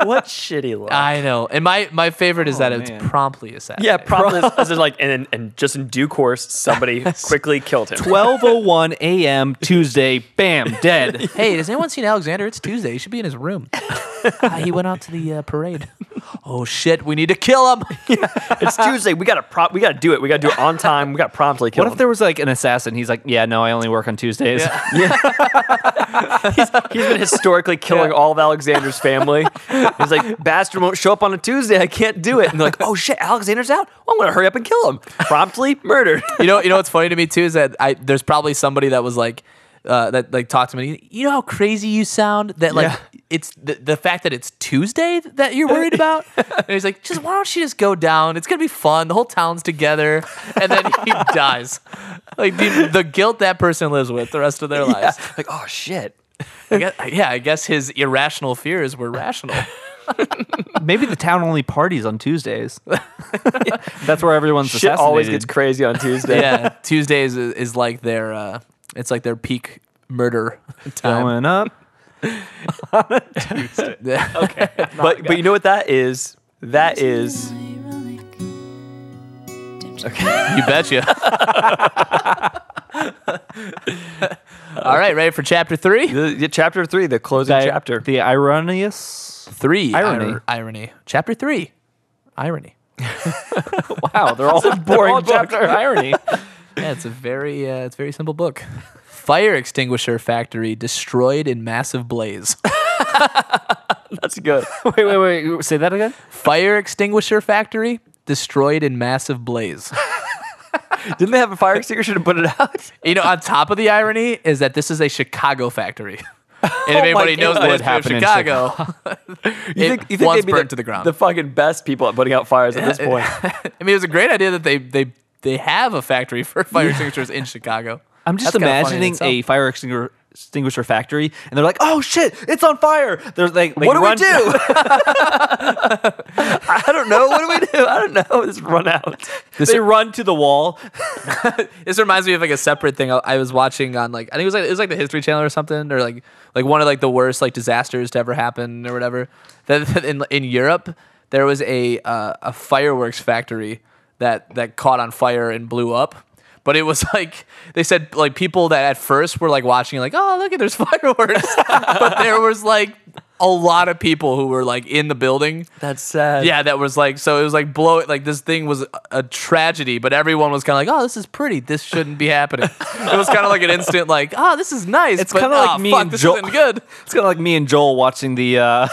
Speaker 4: What shitty line?
Speaker 3: I know. And my, my favorite is that it's
Speaker 1: man.
Speaker 3: promptly assassinated.
Speaker 4: yeah, probably. this is like, and, and just in due course, somebody quickly killed him.
Speaker 1: 12:01 a.m. Tuesday, bam, dead.
Speaker 3: Hey, has anyone seen Alexander? It's Tuesday. He should be in his room. Ah, he went out to the uh, parade. Oh, shit. We need to kill him.
Speaker 4: it's Tuesday. We gotta prop. We gotta do it. We gotta do it on time. We gotta promptly kill
Speaker 1: What if there was like an assassin? He's like, yeah, no, I only work on Tuesdays.
Speaker 4: He's been historically killing all of Alexander's family. He's like, bastard won't show up on a Tuesday. I can't do it. And they're like, oh shit, Alexander's out. Well, I'm gonna hurry up and kill him. Promptly murdered.
Speaker 3: you know, you know what's funny to me too is that I there's probably somebody that was like uh, that like talked to me. You know how crazy you sound. That like it's the, the fact that it's Tuesday that you're worried about. and he's like, just why don't you just go down? It's gonna be fun. The whole town's together, and then he dies. Like the, the guilt that person lives with the rest of their lives.
Speaker 4: Like, oh shit.
Speaker 3: I guess, yeah, I guess his irrational fears were rational.
Speaker 1: Maybe the town only parties on Tuesdays. That's where everyone's
Speaker 4: Shit
Speaker 1: assassinated.
Speaker 4: always gets crazy on Tuesday.
Speaker 3: yeah, Tuesdays is, is like their uh, it's like their peak murder time.
Speaker 1: going up.
Speaker 4: But but you know what that is? That is
Speaker 3: You betcha. All right, ready for chapter three?
Speaker 4: the, the chapter three, the closing
Speaker 1: Di-
Speaker 4: chapter.
Speaker 1: The ironious.
Speaker 3: Three
Speaker 1: Irony.
Speaker 3: ir- irony. Chapter three, irony.
Speaker 1: Wow, they're all boring chapter irony.
Speaker 3: Yeah, it's a very uh, it's a very simple book. Fire extinguisher factory destroyed in massive blaze.
Speaker 4: That's good.
Speaker 1: Wait, wait, wait. Say that again.
Speaker 3: Fire extinguisher factory destroyed in massive blaze.
Speaker 4: Didn't they have a fire extinguisher to put it out?
Speaker 3: You know, on top of the irony is that this is a Chicago factory. And if anybody knows
Speaker 4: God.
Speaker 3: the
Speaker 4: What
Speaker 3: history of
Speaker 1: happened in
Speaker 3: Chicago,
Speaker 4: You
Speaker 3: it once
Speaker 4: they'd be
Speaker 3: burnt to the ground.
Speaker 4: The fucking best people at putting out fires at this point.
Speaker 3: I mean, it was a great idea that they they they have a factory for fire extinguishers in Chicago.
Speaker 1: I'm just
Speaker 3: That's kinda funny in
Speaker 1: imagining
Speaker 3: itself.
Speaker 1: a fire extinguisher. Extinguisher factory, and they're like, "Oh shit, it's on fire!" They're like,
Speaker 4: what do we do? I don't know. What do we do? I don't know. Just run out.
Speaker 1: They run to the wall.
Speaker 3: This reminds me of like a separate thing I- I was watching on like I think it was like it was like the History Channel or something or like like one of like the worst like disasters to ever happen or whatever. That that in in Europe there was a uh, a fireworks factory that that caught on fire and blew up. But it was like they said like people that at first were like watching like, "Oh, look at there's fireworks." but there was like a lot of people who were like in the building.
Speaker 4: That's sad.
Speaker 3: Yeah, that was like so it was like blow it like this thing was a, a tragedy, but everyone was kind of like, "Oh, this is pretty. This shouldn't be happening." it was kind of like an instant like, "Oh, this is nice."
Speaker 1: It's
Speaker 3: but,
Speaker 1: kinda like
Speaker 3: "Ah,
Speaker 1: me
Speaker 3: fuck,
Speaker 1: and
Speaker 3: this
Speaker 1: Joel-
Speaker 3: isn't good.
Speaker 1: It's kind of like me and Joel watching the uh,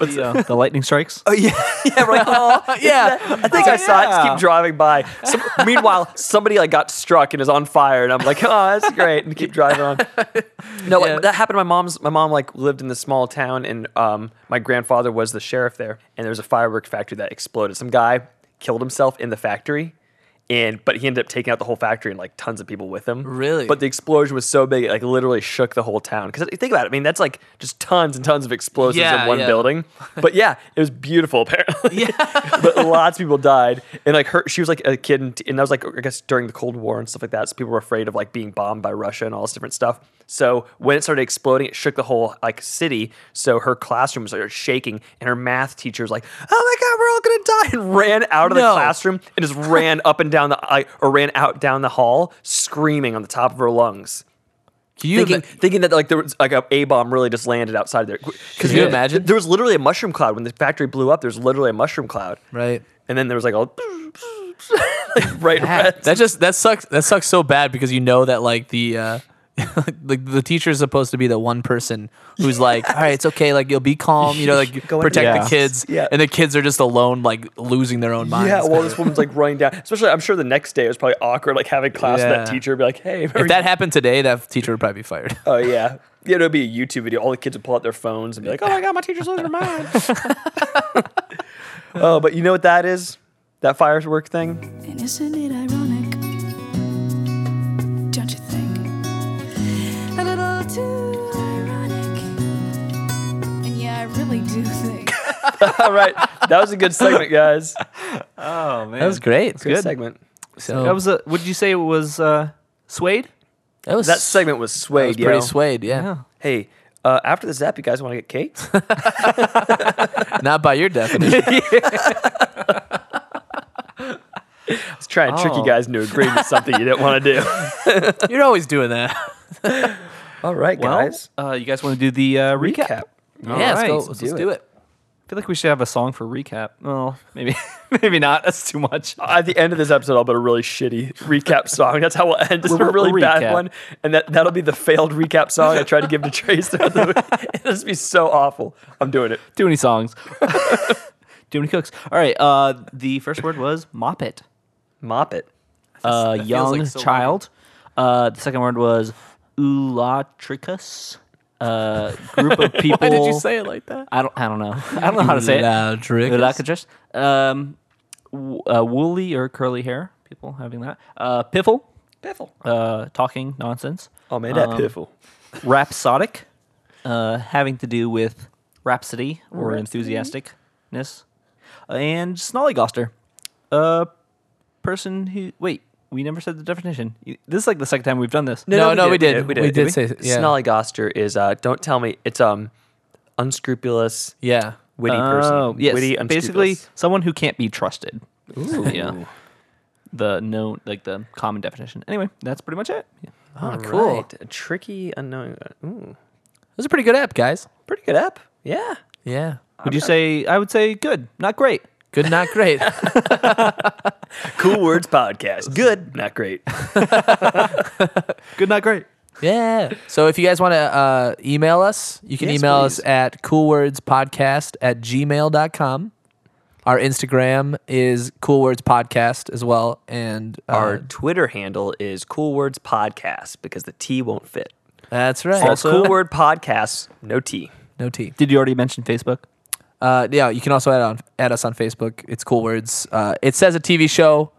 Speaker 1: the, uh, the lightning strikes.
Speaker 4: Oh, yeah. yeah, right. Oh,
Speaker 3: Yeah.
Speaker 4: I think I saw it. Just keep driving by. Some, meanwhile, somebody like got struck and is on fire, and I'm like, oh, that's great, and keep driving on. No, like, that happened. to My mom's. My mom like lived in this small town, and um, my grandfather was the sheriff there. And there was a firework factory that exploded. Some guy killed himself in the factory. And but he ended up taking out the whole factory and like tons of people with him.
Speaker 3: Really?
Speaker 4: But the explosion was so big, it like literally shook the whole town. Because think about it, I mean that's like just tons and tons of explosives
Speaker 3: Yeah,
Speaker 4: in one
Speaker 3: yeah.
Speaker 4: building. But yeah, it was beautiful apparently
Speaker 3: Yeah.
Speaker 4: but lots of people died, and like her, she was like a kid, and, and that was like I guess during the Cold War and stuff like that. So people were afraid of like being bombed by Russia and all this different stuff. So when it started exploding, it shook the whole like city. So her classroom started shaking, and her math teacher was like, "Oh my god, we're all gonna die!" and ran out of the
Speaker 3: No.
Speaker 4: classroom and just ran up and down the like, or ran out down the hall, screaming on the top of her lungs.
Speaker 3: Can you
Speaker 4: Thinking,
Speaker 3: ima-
Speaker 4: thinking that like there was like a A bomb really just landed outside there. Because
Speaker 3: Can you imagine?
Speaker 4: there was literally a mushroom cloud when the factory blew up. There was literally a mushroom cloud.
Speaker 3: right.
Speaker 4: And then there was like all like right red.
Speaker 3: That just that sucks. That sucks so bad because you know that like the uh, like the teacher is supposed to be the one person who's like, all right, it's okay. Like you'll be calm. You know, like
Speaker 4: Go in
Speaker 3: protect
Speaker 4: there.
Speaker 3: the kids.
Speaker 4: Yeah.
Speaker 3: And the kids are just alone, like losing their own minds.
Speaker 4: Yeah, well, this woman's like running down. Especially, I'm sure the next day it was probably awkward, like having class with that
Speaker 3: Yeah.
Speaker 4: teacher, be like, "Hey, remember
Speaker 3: if that happened today, that teacher would probably be fired.
Speaker 4: you- oh yeah, yeah, it'd be a YouTube video. All the kids would pull out their phones and be like, "Oh my god, my teacher's losing her mind." oh, but you know what that is? That firework thing.
Speaker 7: And isn't it ironic? Don't you think? A little too ironic. And yeah, I really do think.
Speaker 4: all right, that was a good segment, guys.
Speaker 1: Oh man,
Speaker 3: That was great. It's
Speaker 4: Good, segment.
Speaker 3: So
Speaker 1: That was a. Would you say it was uh, suede?
Speaker 3: that was
Speaker 4: That segment was
Speaker 3: that
Speaker 4: swayed.
Speaker 3: was pretty
Speaker 4: yo.
Speaker 3: swayed. Yeah.
Speaker 4: Hey, uh, after the zap, you guys want to get cake?
Speaker 3: Not by your definition.
Speaker 4: Let's try and trick you
Speaker 1: Oh.
Speaker 4: guys into agreeing to something you didn't want to do.
Speaker 3: You're always doing that.
Speaker 4: All right,
Speaker 1: Well,
Speaker 4: guys.
Speaker 1: uh, you guys want to do the uh, recap?
Speaker 4: Recap.
Speaker 1: All
Speaker 3: yeah.
Speaker 1: right.
Speaker 3: Let's, go, let's,
Speaker 4: do
Speaker 3: do it.
Speaker 1: I feel like we should have a song for recap. Well, maybe, maybe not. That's too much.
Speaker 4: At the end of this episode, I'll put a really shitty recap song. That's how we'll end. It's a
Speaker 1: Re-
Speaker 4: really bad
Speaker 1: recap.
Speaker 4: one, and that that'll be the failed recap song I tried to give to Trace throughout the week. It'll just be so awful. I'm doing it.
Speaker 1: Too many songs. Too many cooks. All right. Uh, the first word was moppet.
Speaker 4: Mop it.
Speaker 1: Uh,
Speaker 3: feels
Speaker 1: young
Speaker 3: like so long.
Speaker 1: child. Uh, the second word was ulatricus. Uh, group of people.
Speaker 3: Why did you say it like that?
Speaker 1: I don't. I don't know. I don't know how to say it. Ulatricus. Um, w- uh, woolly or curly hair. People having that. Uh, piffle.
Speaker 4: Piffle.
Speaker 1: Uh, talking nonsense.
Speaker 4: Oh man, that
Speaker 1: Um,
Speaker 4: piffle.
Speaker 1: rhapsodic, uh, having to do with rhapsody or enthusiasticness, and snollygoster, a person who wait, we never said the definition. You- This is like the second time we've done this.
Speaker 3: No, no, we did. We did
Speaker 4: we?
Speaker 3: say- yeah.
Speaker 4: Snollygoster is. Uh, don't tell me it's um unscrupulous,
Speaker 3: Yeah.
Speaker 4: witty
Speaker 1: Oh,
Speaker 4: person.
Speaker 1: yes,
Speaker 4: Witty,
Speaker 1: basically
Speaker 4: unscrupulous.
Speaker 1: someone who can't be trusted. Yeah, the known like the common definition. Anyway, that's pretty much it. Yeah.
Speaker 3: Oh,
Speaker 4: Cool.
Speaker 3: cool.
Speaker 4: A tricky, unknown. uh, Ooh,
Speaker 3: It was a pretty good app, guys.
Speaker 4: pretty good app. Yeah.
Speaker 3: Yeah.
Speaker 1: Would you say I would say good, not great.
Speaker 3: Good, not great.
Speaker 4: Cool Words Podcast. Good, not great.
Speaker 1: Good, not great.
Speaker 3: yeah. So if you guys want to uh, email us, you can
Speaker 4: Yes,
Speaker 3: email
Speaker 4: please.
Speaker 3: us at coolwordspodcast at gmail.com. Our Instagram is coolwordspodcast as well. And uh,
Speaker 4: Our Twitter handle is Cool Words Podcast because the T won't fit.
Speaker 3: that's right.
Speaker 4: That's Cool Word Podcast, no T.
Speaker 3: no T.
Speaker 1: Did you already mention Facebook?
Speaker 3: Uh, yeah, you can also add on add us on Facebook. It's Cool Words. Uh, it says a TV show,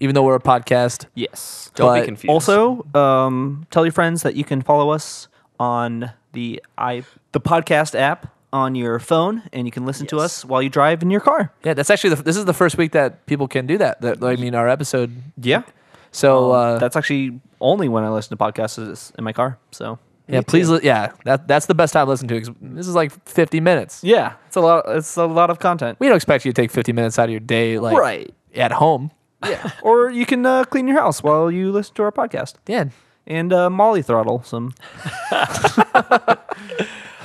Speaker 3: even though we're a podcast.
Speaker 1: Yes.
Speaker 4: Don't be
Speaker 3: But
Speaker 4: confused.
Speaker 1: Also, um, tell your friends that you can follow us on the i the podcast app on your phone, and you can listen to
Speaker 4: Yes.
Speaker 1: us while you drive in your car.
Speaker 3: Yeah, that's actually the, this is the first week that people can do that. That I mean, our episode.
Speaker 1: Yeah,
Speaker 4: Oh,
Speaker 3: So uh,
Speaker 1: that's actually only when I listen to podcasts is in my car. So
Speaker 3: Yeah, please. Li- yeah, that that's the best time to listen to. 'cause This is like 50 minutes.
Speaker 1: yeah, it's a lot. It's a lot of content.
Speaker 3: We don't expect you to take 50 minutes out of your day, like
Speaker 1: Right.
Speaker 3: at home.
Speaker 1: Yeah.
Speaker 8: or you can uh, clean your house while you listen to our podcast
Speaker 3: Yeah.
Speaker 8: and uh, Molly throttle some.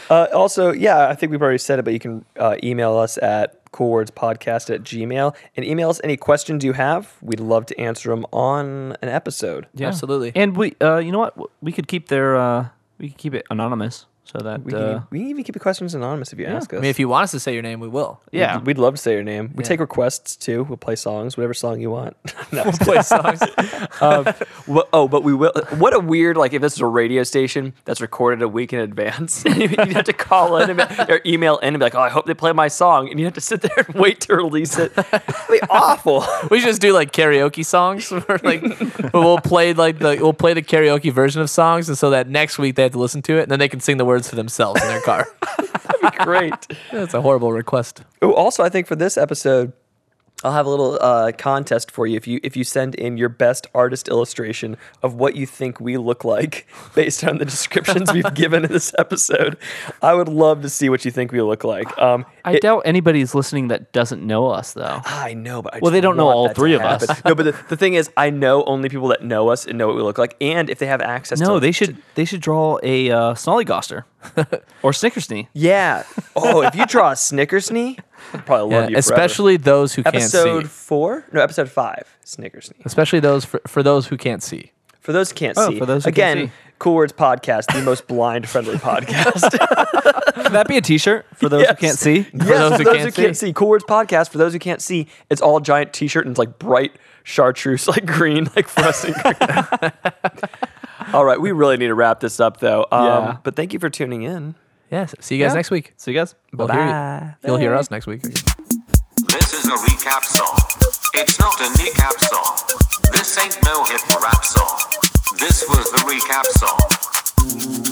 Speaker 4: Uh, also, yeah, I think we've already said it, but you can uh, email us at coolwordspodcast at gmail and email us any questions you have. We'd love to answer them on an episode.
Speaker 3: Absolutely.
Speaker 1: And we, uh, you know what? We could keep their, uh, we could keep it anonymous so that,
Speaker 4: We,
Speaker 1: uh,
Speaker 4: can, we can even keep the questions anonymous if you ask us.
Speaker 3: I mean, if you want us to say your name, we will.
Speaker 1: yeah,
Speaker 4: We'd, we'd love to say your name. We take requests too. We'll play songs, whatever song you want. No, I'm just
Speaker 3: Play songs.
Speaker 4: Wha- oh, but we will. What a weird like if this is a radio station that's recorded a week in advance, you have to call in and be- or email in and be like, "Oh, I hope they play my song," and you have to sit there and wait to release it. It'd be awful.
Speaker 3: we should just do like karaoke songs. Where, like we'll play like the we'll play the karaoke version of songs, and so that next week they have to listen to it, and then they can sing the words for themselves in their car.
Speaker 4: Great.
Speaker 3: That's a horrible request.
Speaker 4: Ooh, also, I think for this episode, I'll have a little uh, contest for you if you if you send in your best artist illustration of what you think we look like based on the descriptions we've given in this episode. I would love to see what you think we look like. Um,
Speaker 1: I doubt anybody's listening that doesn't know us though.
Speaker 4: I know, but I
Speaker 1: Well,
Speaker 4: just
Speaker 1: they don't know
Speaker 4: want
Speaker 1: all
Speaker 4: that to
Speaker 1: three of
Speaker 4: happen.
Speaker 1: us.
Speaker 4: no, but the, the thing is, I know only people that know us and know what we look like, and if they have access.
Speaker 1: No,
Speaker 4: to,
Speaker 1: they should they should draw a uh, snollygoster or snickersnee.
Speaker 4: Yeah. Oh, if you draw a Snickersnee, I'd probably love
Speaker 3: Yeah,
Speaker 4: you. forever.
Speaker 3: especially those who can't
Speaker 4: episode
Speaker 3: see.
Speaker 4: four, no, episode five, Snickersnee.
Speaker 3: Especially those for, for those who can't see.
Speaker 4: For those who can't
Speaker 1: Oh,
Speaker 4: see,
Speaker 1: for those who
Speaker 4: again,
Speaker 1: can't see.
Speaker 4: Cool Words Podcast, the most blind-friendly podcast.
Speaker 1: Could that be a T-shirt for those who can't
Speaker 4: Yes.
Speaker 1: see?
Speaker 3: those
Speaker 4: yes,
Speaker 3: who
Speaker 4: for those
Speaker 3: can't
Speaker 4: who can't see, Cool Words Podcast. For those who can't see, it's all giant T-shirt and it's like bright chartreuse, like green, like fluorescent green. all right, we really need to wrap this up, though. Um,
Speaker 1: Yeah.
Speaker 4: But thank you for tuning in.
Speaker 3: Yes. See you guys next week.
Speaker 1: See you guys.
Speaker 3: We'll hear you. You'll hear us next week.
Speaker 9: This is a recap song. It's not a kneecap song. This ain't no hip rap song. This was the recap song.